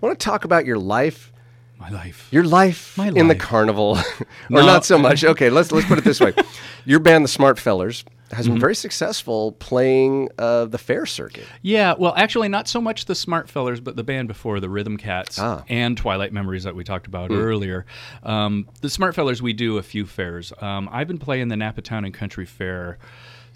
Speaker 2: I want to talk about your life.
Speaker 5: My life.
Speaker 2: Your life
Speaker 5: My
Speaker 2: in the
Speaker 5: life.
Speaker 2: carnival, [laughs] or
Speaker 5: No.
Speaker 2: not so much. Okay, let's let's put it this way: [laughs] your band, the Smart Fellers, has
Speaker 5: Mm-hmm.
Speaker 2: been very successful playing uh, the fair circuit.
Speaker 5: Yeah, well, actually, not so much the Smart Fellers, but the band before, the Rhythm Cats
Speaker 2: Ah.
Speaker 5: and Twilight Memories that we talked about earlier. Um, the Smart Fellers, we do a few fairs. Um, I've been playing the Napa Town and Country Fair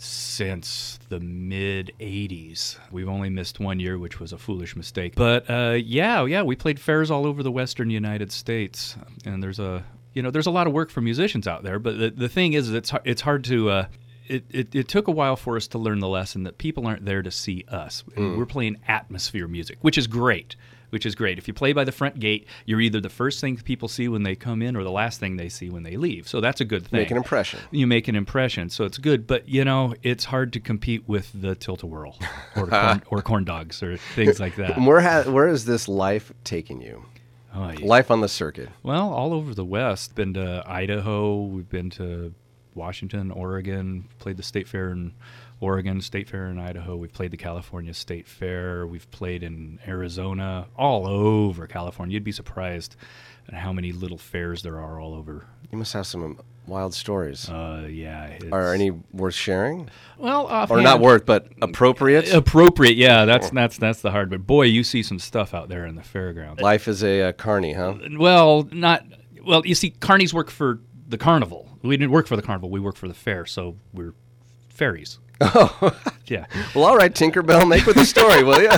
Speaker 5: since the mid 80s. We've only missed one year, which was a foolish mistake. But uh, yeah, yeah, we played fairs all over the Western United States, and there's a you know, there's a lot of work for musicians out there, but the, the thing is, it's har- it's hard to uh, it, it, it took a while for us to learn the lesson that people aren't there to see us.
Speaker 2: Hmm.
Speaker 5: We're playing atmosphere music, which is great. Which is great. If you play by the front gate, you're either the first thing people see when they come in or the last thing they see when they leave. So that's a good thing.
Speaker 2: Make an impression.
Speaker 5: You make an impression. So it's good. But, you know, it's hard to compete with the tilt a whirl or,
Speaker 2: [laughs]
Speaker 5: corn, or corn dogs or things like that.
Speaker 2: And where ha- where is this life taking you?
Speaker 5: Oh, yeah.
Speaker 2: Life on the circuit.
Speaker 5: Well, all over the West. Been to Idaho. We've been to Washington, Oregon. Played the State Fair in Oregon, State Fair in Idaho. We've played the California State Fair. We've played in Arizona, all over California. You'd be surprised at how many little fairs there are all over.
Speaker 2: You must have some wild stories.
Speaker 5: Uh, yeah. it's-
Speaker 2: Are any worth sharing,
Speaker 5: well,
Speaker 2: or
Speaker 5: offhand-
Speaker 2: not worth, but appropriate?
Speaker 5: Uh, appropriate? Yeah, that's that's that's the hard. But boy, you see some stuff out there in the fairground.
Speaker 2: Life is a uh, carny, huh?
Speaker 5: well, not well. You see, carnies work for the carnival. We didn't work for the carnival. We work for the fair, so we're fairies. Oh,
Speaker 2: [laughs]
Speaker 5: yeah.
Speaker 2: Well, all right, Tinkerbell, make with the story, will
Speaker 5: [laughs]
Speaker 2: you?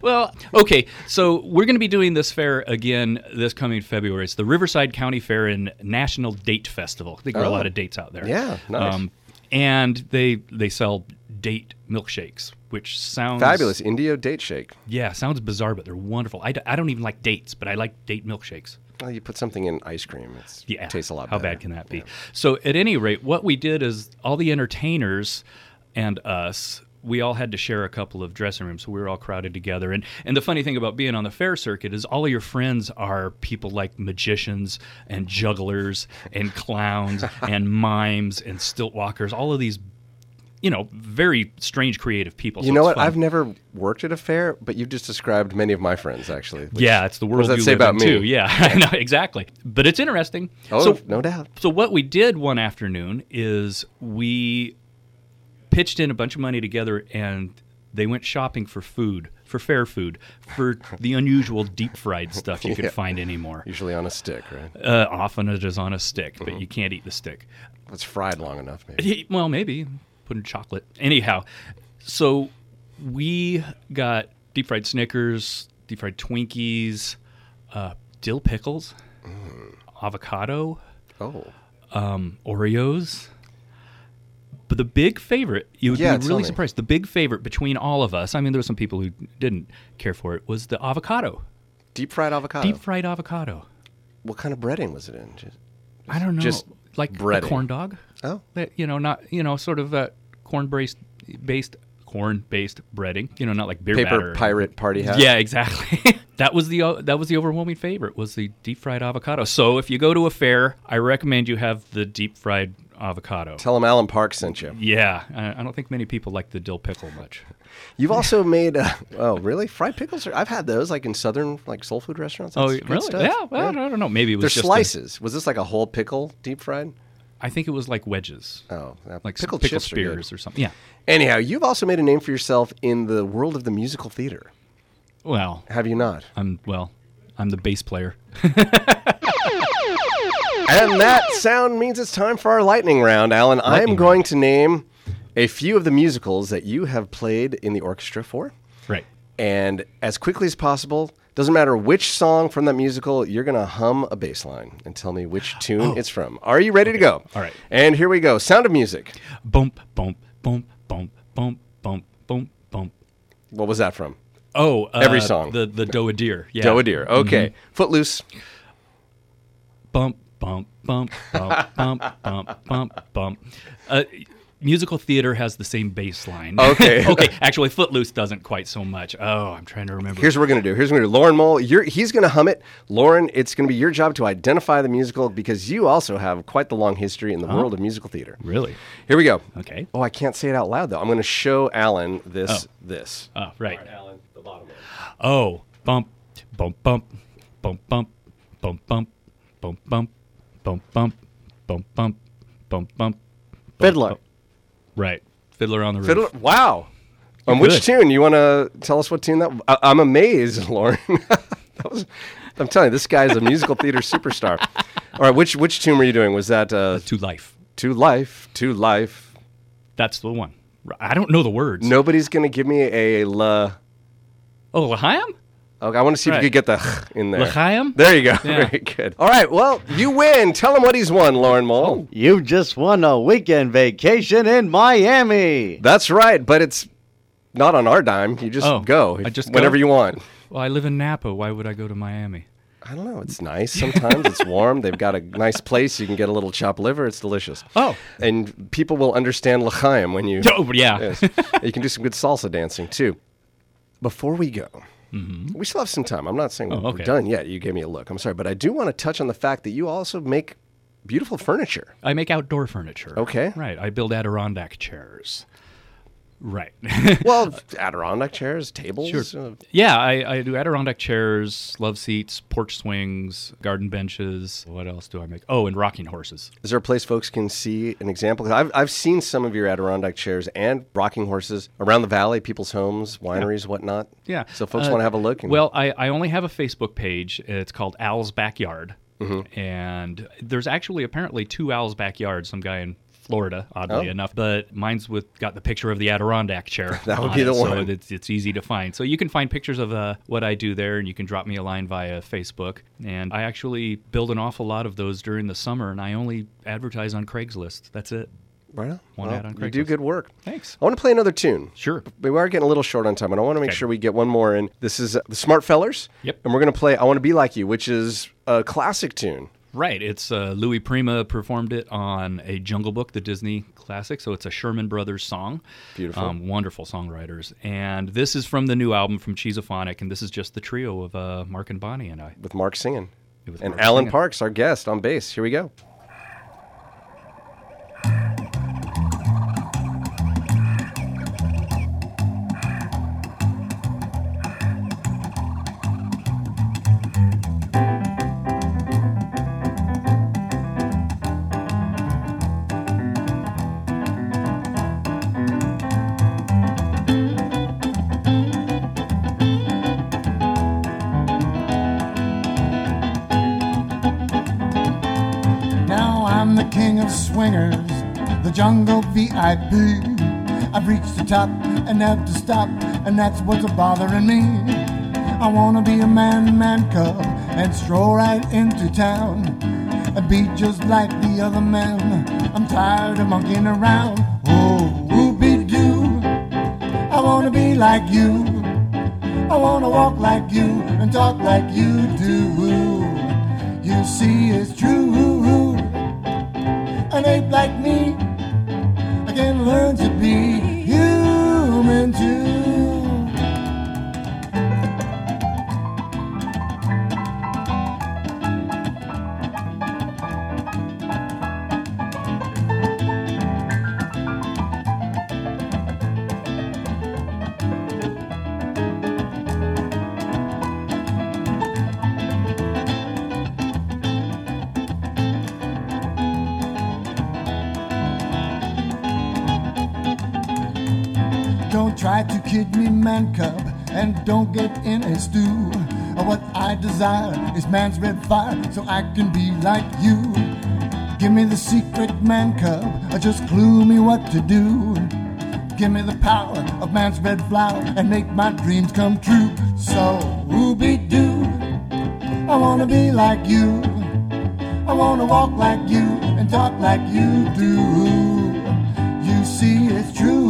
Speaker 5: Well, okay. So we're going to be doing this fair again this coming February. It's the Riverside County Fair and National Date Festival. I think there are a
Speaker 2: Oh.
Speaker 5: lot of dates out there. Um,
Speaker 2: Yeah, nice.
Speaker 5: and they they sell date milkshakes, which sounds
Speaker 2: Fabulous Indio date shake.
Speaker 5: Yeah, sounds bizarre, but they're wonderful. I, d- I don't even like dates, but I like date milkshakes.
Speaker 2: Well, you put something in ice cream. It's,
Speaker 5: yeah,
Speaker 2: tastes a lot.
Speaker 5: How
Speaker 2: better.
Speaker 5: bad can that be? So, at any rate, what we did is all the entertainers and us. We all had to share a couple of dressing rooms, so we were all crowded together. And and the funny thing about being on the fair circuit is all of your friends are people like magicians and jugglers
Speaker 2: [laughs]
Speaker 5: and clowns and mimes and stilt walkers. All of these, you know, very strange creative people.
Speaker 2: You
Speaker 5: so
Speaker 2: know
Speaker 5: it's
Speaker 2: what?
Speaker 5: fun.
Speaker 2: I've never worked at a fair, but you've just described many of my friends actually. which-
Speaker 5: yeah, it's the world
Speaker 2: does that
Speaker 5: you
Speaker 2: say
Speaker 5: live
Speaker 2: about
Speaker 5: in
Speaker 2: me?
Speaker 5: too. Yeah, [laughs] I know exactly. But it's interesting.
Speaker 2: Oh,
Speaker 5: so
Speaker 2: no doubt.
Speaker 5: So what we did one afternoon is we pitched in a bunch of money together and they went shopping for food, for fair food, for the unusual deep fried stuff you could find anymore.
Speaker 2: Usually on a stick, right?
Speaker 5: Uh, often it is on a stick, but you can't eat the stick.
Speaker 2: If It's fried long enough, maybe.
Speaker 5: Yeah, Well, maybe put in chocolate. Anyhow, so we got deep fried Snickers, deep fried Twinkies, uh, dill pickles, avocado,
Speaker 2: Oh,
Speaker 5: Oreos. But the big favorite, you would
Speaker 2: Yeah,
Speaker 5: be
Speaker 2: tell
Speaker 5: really
Speaker 2: me.
Speaker 5: surprised. The big favorite between all of us, I mean, there were some people who didn't care for it, was the avocado,
Speaker 2: deep fried avocado.
Speaker 5: deep fried avocado.
Speaker 2: what kind of breading was it in? Just,
Speaker 5: I don't know,
Speaker 2: Just
Speaker 5: like a
Speaker 2: breading.
Speaker 5: corn dog.
Speaker 2: oh,
Speaker 5: that you know not you know sort of that corn based based corn based breading you know not like beer
Speaker 2: paper
Speaker 5: batter.
Speaker 2: pirate party hat.
Speaker 5: yeah exactly [laughs] that was the o- that was the overwhelming favorite was the deep fried avocado so if you go to a fair i recommend you have the deep fried avocado
Speaker 2: Tell them Alan Park sent you.
Speaker 5: yeah I, I don't think many people like the dill pickle much
Speaker 2: You've also made. Uh, oh, really? Fried pickles? Are, I've had those, like in southern, like soul food restaurants.
Speaker 5: oh
Speaker 2: That's good
Speaker 5: really
Speaker 2: stuff.
Speaker 5: yeah well i don't know maybe it was
Speaker 2: They're
Speaker 5: just a-
Speaker 2: slices. was this like a whole pickle, deep fried?
Speaker 5: I think it was like wedges
Speaker 2: Oh, uh,
Speaker 5: like
Speaker 2: pickle,
Speaker 5: pickle, pickle
Speaker 2: chips are good.
Speaker 5: spears or something yeah
Speaker 2: Anyhow, you've also made a name for yourself in the world of the musical theater.
Speaker 5: well
Speaker 2: Have you not?
Speaker 5: i'm well i'm the
Speaker 2: [laughs]
Speaker 5: bass player
Speaker 2: And that sound means it's time for our lightning round, Alan. I'm
Speaker 5: Lightning
Speaker 2: going to name a few of the musicals that you have played in the orchestra for.
Speaker 5: right
Speaker 2: And as quickly as possible, doesn't matter which song from that musical, you're going to hum a bass line and tell me
Speaker 5: [gasps]
Speaker 2: which tune it's from. Are you ready to go?
Speaker 5: Oh. All right.
Speaker 2: And here we go Sound of Music.
Speaker 5: bump bump bump bump bump bump bump bump
Speaker 2: What was that from?
Speaker 5: Oh, uh,
Speaker 2: Every song.
Speaker 5: The the Doe a Deer. Yeah. Mm-hmm.
Speaker 2: Doe a deer. Okay. Footloose.
Speaker 5: bump bump bump bump bump bump bump bump. Uh, musical theater has the same bass line.
Speaker 2: Okay.
Speaker 5: [laughs] okay. Actually, Footloose doesn't quite so much. Oh, I'm trying to remember.
Speaker 2: Here's what we're gonna do. Here's what we're gonna do. Lauren Mole, you're, he's gonna hum it. Lauren, it's gonna be your job to identify the musical because you also have quite the long history in the world of musical theater.
Speaker 5: really.
Speaker 2: Here we go.
Speaker 5: Oh. Okay.
Speaker 2: Oh, I can't say it out loud though. I'm gonna show Alan this. This.
Speaker 5: Oh, right.
Speaker 2: Alan, the bottom.
Speaker 5: Oh, bump, bump, bump, bump, bump, bump, bump, bump, bump, bump, bump, bump, bump, bump, bump.
Speaker 3: Fiddler.
Speaker 5: Right. Fiddler on the Roof.
Speaker 2: Fiddler. Wow. On which
Speaker 5: good.
Speaker 2: tune you want to tell us what tune that? I, I'm amazed, [laughs] Lauren. that was. I'm telling you, this guy is a musical
Speaker 5: [laughs]
Speaker 2: theater superstar. All right, which which tune were you doing? Was that uh,
Speaker 5: To life.
Speaker 2: "To Life"? "To Life"?
Speaker 5: That's the one. R- I don't know the words.
Speaker 2: Nobody's gonna give me a la.
Speaker 5: Oh, L'chaim?
Speaker 2: Okay, I want to see if
Speaker 5: Right.
Speaker 2: you could get the in there.
Speaker 5: L'chaim?
Speaker 2: There you go.
Speaker 5: Yeah.
Speaker 2: [laughs] Very good. All right. Well, you win. Tell him what he's won, Lauren Mole.
Speaker 5: Oh.
Speaker 3: You just won a weekend vacation in Miami.
Speaker 2: That's right. But it's not on our dime. You just
Speaker 5: Oh,
Speaker 2: go
Speaker 5: I just go?
Speaker 2: whenever you want.
Speaker 5: Well, Oh, I live in Napa. Why would I go to Miami?
Speaker 2: I don't know. It's nice. Sometimes it's warm. They've got a nice place. You can get a little chopped liver. It's delicious.
Speaker 5: Oh.
Speaker 2: And people will understand l'chaim when you.
Speaker 5: Oh, yeah.
Speaker 2: Yes. [laughs] you can do some good salsa dancing too. Before we go, we still have some time. I'm not saying
Speaker 5: Mm-hmm. Oh,
Speaker 2: we're
Speaker 5: okay.
Speaker 2: done yet. You gave me a look. I'm sorry, but I do want to touch on the fact that you also make beautiful furniture.
Speaker 5: I make outdoor furniture.
Speaker 2: Okay.
Speaker 5: Right. I build Adirondack chairs. Right. [laughs]
Speaker 2: Well, Adirondack chairs, tables. uh,
Speaker 5: yeah, I, I do Adirondack chairs, love seats, porch swings, garden benches. What else do I make? Oh, and rocking horses.
Speaker 2: Is there a place folks can see an example? 'Cause I've, I've seen some of your Adirondack chairs and rocking horses around the valley, people's homes, wineries, whatnot.
Speaker 5: Yeah.
Speaker 2: So folks
Speaker 5: Uh,
Speaker 2: want to have a look. And,
Speaker 5: Well, I, I only have a Facebook page. It's called Owl's Backyard.
Speaker 2: Mm-hmm.
Speaker 5: And there's actually apparently two Owl's Backyard, some guy in Florida, oddly
Speaker 2: Oh.
Speaker 5: enough, but mine's with got the picture of the Adirondack chair.
Speaker 2: [laughs] That would
Speaker 5: on
Speaker 2: be
Speaker 5: it,
Speaker 2: the
Speaker 5: so
Speaker 2: one.
Speaker 5: it's, it's easy to find. So you can find pictures of uh, what I do there, and you can drop me a line via Facebook. And I actually build an awful lot of those during the summer, and I only advertise on Craigslist. That's it.
Speaker 2: right on.
Speaker 5: One
Speaker 2: Well,
Speaker 5: ad on
Speaker 2: you do
Speaker 5: Craigslist.
Speaker 2: good work.
Speaker 5: Thanks.
Speaker 2: I want to play another tune.
Speaker 5: Sure.
Speaker 2: We are getting a little short on time, and I want to make sure we get one more in. This is uh, the Smart Fellers.
Speaker 5: Yep.
Speaker 2: And we're going to play I Want to Be Like You, which is a classic tune.
Speaker 5: Right. It's uh, Louis Prima performed it on a Jungle Book, the Disney classic. So it's a Sherman Brothers song.
Speaker 2: Beautiful.
Speaker 5: Um, wonderful songwriters. And this is from the new album from Cheesophonic. And this is just the trio of uh, Mark and Bonnie and I.
Speaker 2: with Mark singing.
Speaker 5: With
Speaker 2: and
Speaker 5: Mark
Speaker 2: Alan
Speaker 5: singing.
Speaker 2: Parks, our guest on bass. Here we go.
Speaker 6: Now I'm the king of swingers, the jungle VIP. I've reached the top and have to stop, and that's what's bothering me. I wanna be a man, man cub, and stroll right into town and be just like the other man. I'm tired of monkeying around. Oh, whoopie doo, I wanna be like you. I wanna walk like you and talk like you do. You see, it's true. An ape like me, I can learn to be human too. Don't try to kid me, man cub, and don't get in a stew. What I desire is man's red fire, so I can be like you. Give me the secret, man cub, or just clue me what to do. Give me the power of man's red flower and make my dreams come true. So, Ruby Doo, I wanna be like you. I wanna walk like you and talk like you do. You see, it's true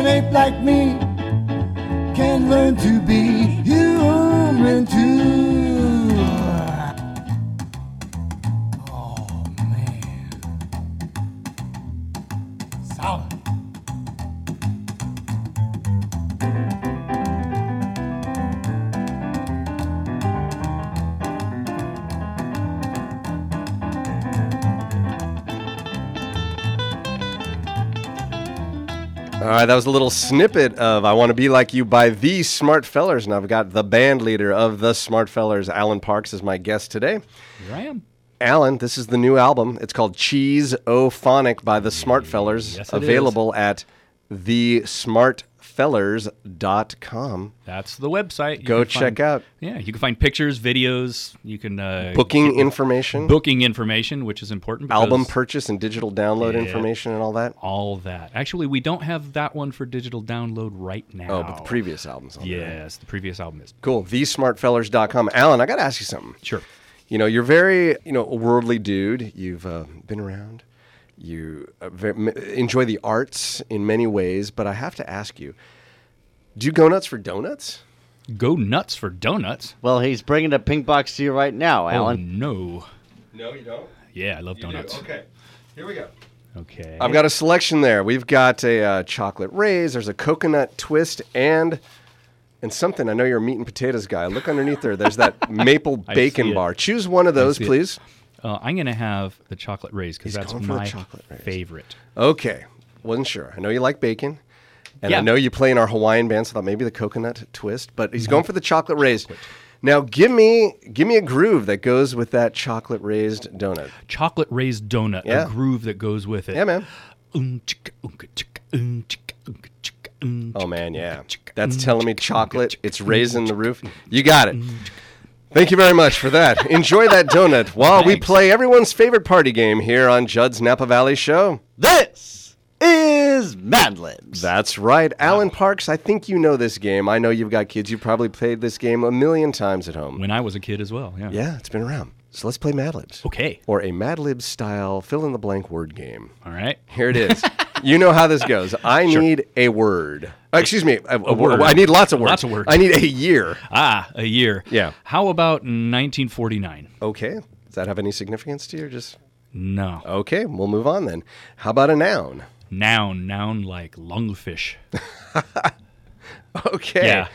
Speaker 6: an ape like me. can learn to be human too. Oh man, solid.
Speaker 2: All right, that was a little snippet of I Want to Be Like You by The Smart Fellers. And I've got the band leader of The Smart Fellers, Alan Parks, as my guest today.
Speaker 5: Here I am.
Speaker 2: Alan, this is the new album. It's called Cheese Ophonic by The Smart Fellers,
Speaker 5: Yes, it is.
Speaker 2: available at thesmartfellers.com.
Speaker 5: That's the website. You
Speaker 2: Go
Speaker 5: can
Speaker 2: check
Speaker 5: find-
Speaker 2: out.
Speaker 5: Yeah, you can find pictures, videos. You can uh,
Speaker 2: Booking
Speaker 5: get-
Speaker 2: information,
Speaker 5: booking information, which is important. because
Speaker 2: album purchase, and digital download
Speaker 5: Yeah.
Speaker 2: information, and all that.
Speaker 5: all that. Actually, we don't have that one for digital download right now.
Speaker 2: Oh, but the previous album's on there.
Speaker 5: Yes, the previous album is.
Speaker 2: Cool. Thesmartfellers.com. Alan, I got to ask you something.
Speaker 5: Sure.
Speaker 2: You know, you're very, you know, a worldly dude. You've uh, been around. You uh, ve- m enjoy the arts in many ways, but I have to ask you: Do you go nuts for donuts?
Speaker 5: Go nuts for donuts.
Speaker 3: Well, he's bringing a pink box to you right now, Alan.
Speaker 5: Oh, no.
Speaker 2: No, you don't.
Speaker 5: Yeah, I love donuts.
Speaker 2: Here we go.
Speaker 5: Okay.
Speaker 2: I've got a selection there. We've got a uh, chocolate raise. There's a coconut twist and and something. I know you're a meat and potatoes guy. Look underneath there. There's
Speaker 5: [laughs]
Speaker 2: that maple
Speaker 5: I
Speaker 2: bacon
Speaker 5: see it.
Speaker 2: bar. Choose one of those,
Speaker 5: see it.
Speaker 2: please.
Speaker 5: Uh, I'm gonna have the chocolate rays because
Speaker 2: He's
Speaker 5: that's
Speaker 2: going for the
Speaker 5: my
Speaker 2: chocolate rays.
Speaker 5: favorite.
Speaker 2: Okay. Wasn't sure. I know you like bacon. And I
Speaker 5: Yeah.
Speaker 2: know you play in our Hawaiian band, so that maybe the coconut twist, but he's
Speaker 5: Mm-hmm.
Speaker 2: going for the chocolate raised. Now give me give me a groove that goes with that chocolate raised donut.
Speaker 5: Chocolate rays donut,
Speaker 2: Yeah.
Speaker 5: a groove that goes with it.
Speaker 2: Yeah, man.
Speaker 5: Um, chicka, unka, chicka, um, chicka, unka, chicka, um,
Speaker 2: Oh
Speaker 5: chicka,
Speaker 2: man, yeah.
Speaker 5: unka, chicka,
Speaker 2: That's
Speaker 5: um,
Speaker 2: telling me
Speaker 5: chicka, unka,
Speaker 2: chocolate.
Speaker 5: chicka,
Speaker 2: It's
Speaker 5: unka,
Speaker 2: raising the
Speaker 5: chicka.
Speaker 2: roof. You got it. Thank you very much for that. Enjoy that donut while we
Speaker 5: Thanks.
Speaker 2: play everyone's favorite party game here on Judd's Napa Valley Show.
Speaker 3: This is Mad Libs.
Speaker 2: That's right. Alan Parks, I think you know this game. I know you've got kids. You've probably played this game a million times at home.
Speaker 5: When I was a kid as well. Yeah.
Speaker 2: Yeah, it's been around. So let's play Mad Libs.
Speaker 5: Okay.
Speaker 2: Or a Mad Libs style fill in the blank word game.
Speaker 5: All right.
Speaker 2: Here it
Speaker 5: [laughs]
Speaker 2: is. you know how this goes. I need a word. Uh, excuse me, a, a word.
Speaker 5: word.
Speaker 2: I need lots of words.
Speaker 5: Lots of words.
Speaker 2: I need a
Speaker 5: [laughs]
Speaker 2: year.
Speaker 5: Ah, a year.
Speaker 2: Yeah.
Speaker 5: How about 1949?
Speaker 2: Okay. Does that have any significance to you? or Just
Speaker 5: No.
Speaker 2: okay. We'll move on then. How about a noun? [laughs]
Speaker 5: Noun, noun like lungfish.
Speaker 2: Okay.
Speaker 5: Yeah.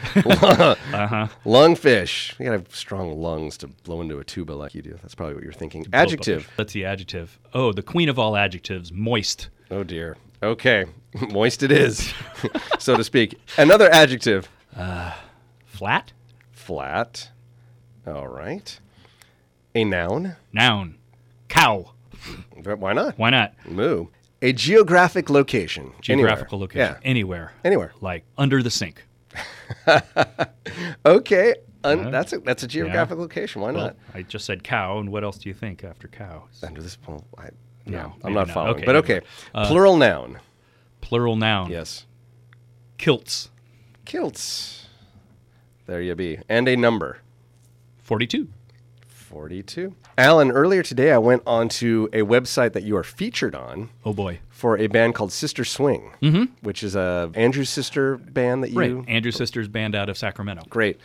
Speaker 2: Lungfish. You gotta have strong lungs to blow into a tuba like you do. That's probably what you're thinking. [laughs] Adjective.
Speaker 5: That's the adjective. Oh, the queen of all adjectives, moist.
Speaker 2: Oh dear. Okay. [laughs] Moist it is, [laughs] so to speak. Another adjective.
Speaker 5: Flat?
Speaker 2: Flat. All right. A noun.
Speaker 5: Noun. Cow.
Speaker 2: But Why not?
Speaker 5: Why not?
Speaker 2: Moo. A geographic location. Anywhere.
Speaker 5: Geographical location.
Speaker 2: Yeah.
Speaker 5: Anywhere.
Speaker 2: Anywhere.
Speaker 5: Like under the sink.
Speaker 2: Okay. Un- That's a that's a geographic
Speaker 5: Yeah.
Speaker 2: location. Why
Speaker 5: Well,
Speaker 2: not?
Speaker 5: I just said cow, and what else do you think after cow?
Speaker 2: Under this well, I,
Speaker 5: No,
Speaker 2: yeah, I'm
Speaker 5: maybe
Speaker 2: not
Speaker 5: not.
Speaker 2: following.
Speaker 5: Okay, Uh,
Speaker 2: but
Speaker 5: never
Speaker 2: okay. Plural noun.
Speaker 5: Plural noun.
Speaker 2: Yes.
Speaker 5: Kilts.
Speaker 2: Kilts. There you be. And a number.
Speaker 5: 42.
Speaker 2: 42. Alan, earlier today I went onto a website that you are featured on
Speaker 5: Oh boy.
Speaker 2: for a band called Sister Swing, which is a Andrew's sister band that you
Speaker 5: Mm-hmm. Right. Andrew Sisters band out of Sacramento.
Speaker 2: Great.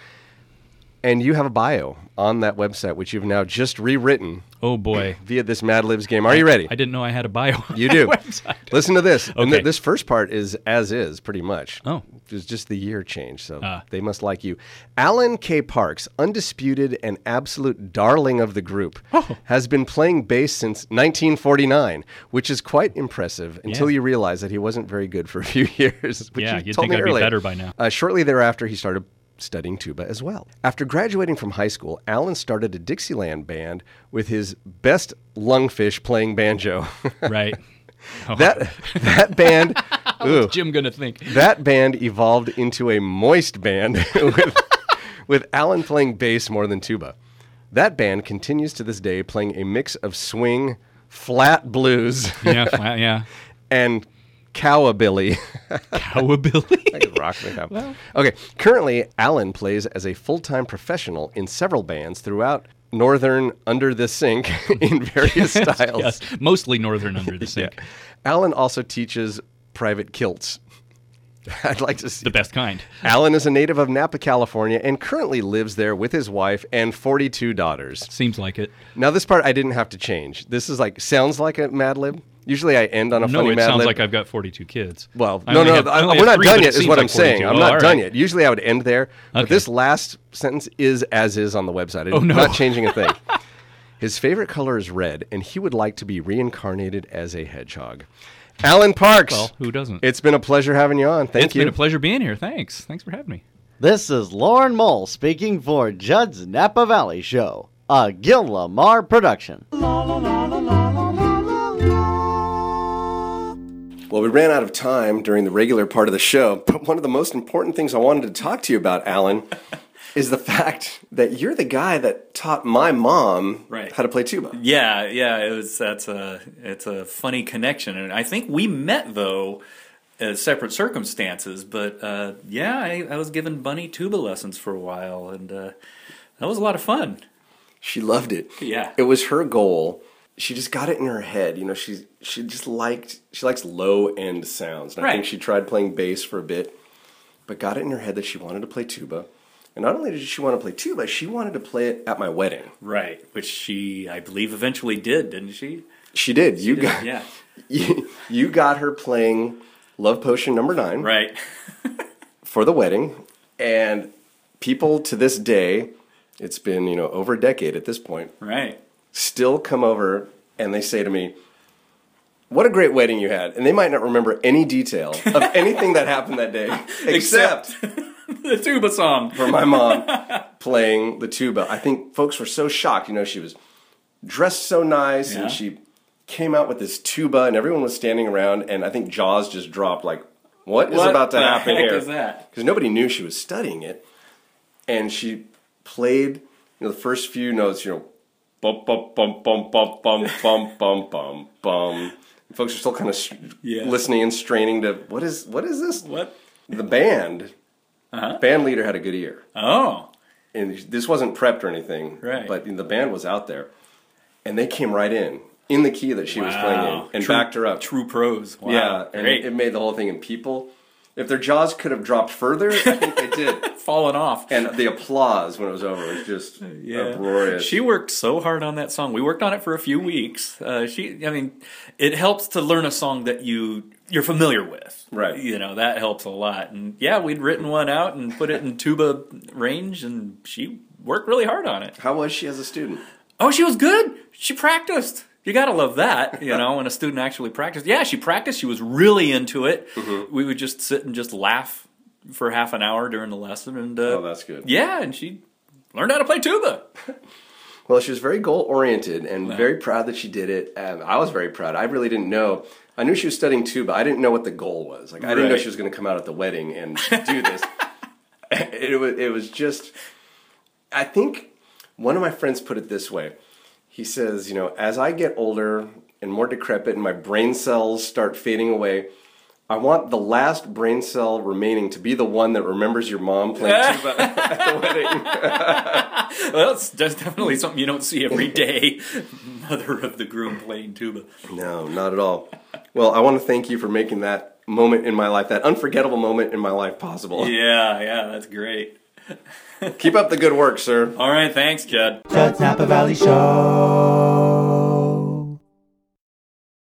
Speaker 2: And you have a bio on that website, which you've now just rewritten
Speaker 5: Oh boy.
Speaker 2: via this Mad Libs game. Are you ready?
Speaker 5: I didn't know I had a bio.
Speaker 2: [laughs]
Speaker 5: on
Speaker 2: you
Speaker 5: that
Speaker 2: do.
Speaker 5: website.
Speaker 2: Listen to this. And th-
Speaker 5: Okay.
Speaker 2: this first part is as is, pretty much.
Speaker 5: Oh.
Speaker 2: It was just the year change, so
Speaker 5: Ah.
Speaker 2: they must like you. Alan K. Parks, undisputed and absolute darling of the group,
Speaker 5: Oh.
Speaker 2: has been playing bass since 1949, which is quite impressive until
Speaker 5: Yeah.
Speaker 2: you realize that he wasn't very good for a few [laughs] years. which
Speaker 5: Yeah,
Speaker 2: you
Speaker 5: you'd
Speaker 2: told
Speaker 5: think
Speaker 2: me
Speaker 5: I'd be
Speaker 2: earlier.
Speaker 5: better by now.
Speaker 2: Uh, shortly thereafter, he started studying tuba as well. After graduating from high school, Alan started a Dixieland band with his best lungfish playing banjo. [laughs]
Speaker 5: Right. Oh,
Speaker 2: that that
Speaker 5: [laughs]
Speaker 2: band, ooh,
Speaker 5: Jim gonna think.
Speaker 2: [laughs] that band evolved into a moist band [laughs] with, with Alan playing bass more than tuba. That band continues to this day playing a mix of swing, flat
Speaker 5: [laughs]
Speaker 2: blues,
Speaker 5: Yeah. flat- yeah.
Speaker 2: and
Speaker 5: [laughs]
Speaker 2: cowabily. [laughs]
Speaker 5: Cowabili.
Speaker 2: I could rock with that. okay, currently Alan plays as a full-time professional in several bands throughout Northern Under the Sink [laughs] in various styles.
Speaker 5: [laughs] yes.
Speaker 2: [laughs]
Speaker 5: Mostly northern under the sink.
Speaker 2: Alan also teaches private kilts. [laughs] I'd like to see
Speaker 5: the best kind.
Speaker 2: Alan is a native of Napa, California, and currently lives there with his wife and 42 daughters.
Speaker 5: Seems like it.
Speaker 2: Now, this part I didn't have to change. This is like, sounds like a Mad Lib. Usually I end on a
Speaker 5: No,
Speaker 2: funny
Speaker 5: it
Speaker 2: Mad
Speaker 5: sounds
Speaker 2: Lib.
Speaker 5: like I've got 42 kids.
Speaker 2: well,
Speaker 5: I
Speaker 2: no,
Speaker 5: only
Speaker 2: no,
Speaker 5: have- I
Speaker 2: I-
Speaker 5: only
Speaker 2: we're not
Speaker 5: have three,
Speaker 2: done
Speaker 5: but it
Speaker 2: yet, is
Speaker 5: seems
Speaker 2: what
Speaker 5: like
Speaker 2: I'm saying.
Speaker 5: 42.
Speaker 2: I'm
Speaker 5: Oh,
Speaker 2: not
Speaker 5: all
Speaker 2: done
Speaker 5: right.
Speaker 2: yet. Usually I would end there, but
Speaker 5: Okay.
Speaker 2: this last sentence is as is on the website.
Speaker 5: Oh, no.
Speaker 2: Not changing a
Speaker 5: [laughs]
Speaker 2: thing. His favorite color is red, and he would like to be reincarnated as a hedgehog. Alan Parks.
Speaker 5: Well, who doesn't?
Speaker 2: It's been a pleasure having you on. Thank
Speaker 5: It's
Speaker 2: you.
Speaker 5: been a pleasure being here. Thanks. Thanks for having me.
Speaker 3: This is Lauren Mole speaking for Judd's Napa Valley Show, a Gil Lamar production.
Speaker 2: Well, we ran out of time during the regular part of the show, but one of the most important things I wanted to talk to you about,
Speaker 5: [laughs]
Speaker 2: Alan, is the fact that you're the guy that taught my mom
Speaker 1: Right.
Speaker 2: how to play tuba.
Speaker 1: Yeah, yeah, it was that's a it's a funny connection, and I think we met though as separate circumstances. But uh, yeah, I, I was giving Bunny tuba lessons for a while, and uh, that was a lot of fun.
Speaker 2: She loved it.
Speaker 1: Yeah.
Speaker 2: It was her goal. She just got it in her head. You know, she's she just liked she likes low end sounds. And I
Speaker 1: Right.
Speaker 2: think she tried playing bass for a bit, but got it in her head that she wanted to play tuba. And not only did she want to play tuba, she wanted to play it at my wedding.
Speaker 1: Right, which she I believe eventually did, didn't she?
Speaker 2: She did. you
Speaker 1: Did-
Speaker 2: got
Speaker 1: yeah,
Speaker 2: [laughs] you, you got her playing Love Potion number nine
Speaker 1: right. [laughs]
Speaker 2: for the wedding. And people to this day, it's been, you know, over a decade at this point,
Speaker 1: Right.
Speaker 2: still come over and they say to me, What a great wedding you had. And they might not remember any detail
Speaker 1: [laughs]
Speaker 2: of anything that happened that day, except,
Speaker 1: The tuba song.
Speaker 2: for
Speaker 1: [laughs]
Speaker 2: my mom playing the tuba. I think folks were so shocked. You know, she was dressed so nice
Speaker 1: Yeah.
Speaker 2: and she came out with this tuba and everyone was standing around and I think jaws just dropped like, what is
Speaker 1: What
Speaker 2: about to
Speaker 1: the
Speaker 2: happen
Speaker 1: heck
Speaker 2: here?
Speaker 1: is that?
Speaker 2: Because nobody knew she was studying it. And she played, you know, the first few notes, you know, bum bum bum bum bum bum bum bum bum bum. Folks are still kind of
Speaker 1: Yeah.
Speaker 2: listening and straining to what is what is this?
Speaker 1: What? Uh-huh.
Speaker 2: The band, band leader had a good ear
Speaker 1: Oh,
Speaker 2: and this wasn't prepped or anything,
Speaker 1: Right.
Speaker 2: But the band was out there, and they came right in in the key that she was playing in
Speaker 1: Wow.
Speaker 2: and
Speaker 1: True-
Speaker 2: backed her up.
Speaker 1: True pros. Wow.
Speaker 2: yeah, and
Speaker 1: great.
Speaker 2: it made the whole thing. And people, if their jaws could have dropped further, I think they
Speaker 1: [laughs]
Speaker 2: did.
Speaker 1: Falling off.
Speaker 2: And the applause when it was over was just uproarious.
Speaker 1: She worked so hard on that song. We worked on it for a few weeks. Uh, she, I mean, it helps to learn a song that you you're familiar with,
Speaker 2: Right.
Speaker 1: You know that helps a lot. And yeah, we'd written one out and put it in tuba range, and she worked really hard on it.
Speaker 2: How was she as a student?
Speaker 1: Oh, she was good. She practiced. You gotta love that, you know, when a student actually practiced. Yeah, she practiced. She was really into it. We would just sit and just laugh for half an hour during the lesson, and uh,
Speaker 2: Oh, that's good.
Speaker 1: yeah, and she learned how to play tuba.
Speaker 2: Well, she was very goal oriented and very proud that she did it. And I was very proud. I really didn't know. I knew she was studying tuba. I didn't know what the goal was. Like I didn't know
Speaker 1: Right.
Speaker 2: she was going to come out at the wedding and do this. [laughs] it was. It was just. I think one of my friends put it this way. He says, you know, as I get older and more decrepit, and my brain cells start fading away. I want the last brain cell remaining to be the one that remembers your mom playing tuba at the wedding.
Speaker 1: Well, that's, that's definitely something you don't see every day. Mother of the groom playing tuba.
Speaker 2: No, not at all. Well, I want to thank you for making that moment in my life, that unforgettable moment in my life possible.
Speaker 1: Yeah, yeah, that's great.
Speaker 2: Keep up the good work, sir.
Speaker 1: All right, thanks, Judd.
Speaker 4: Judd's Napa Valley Show.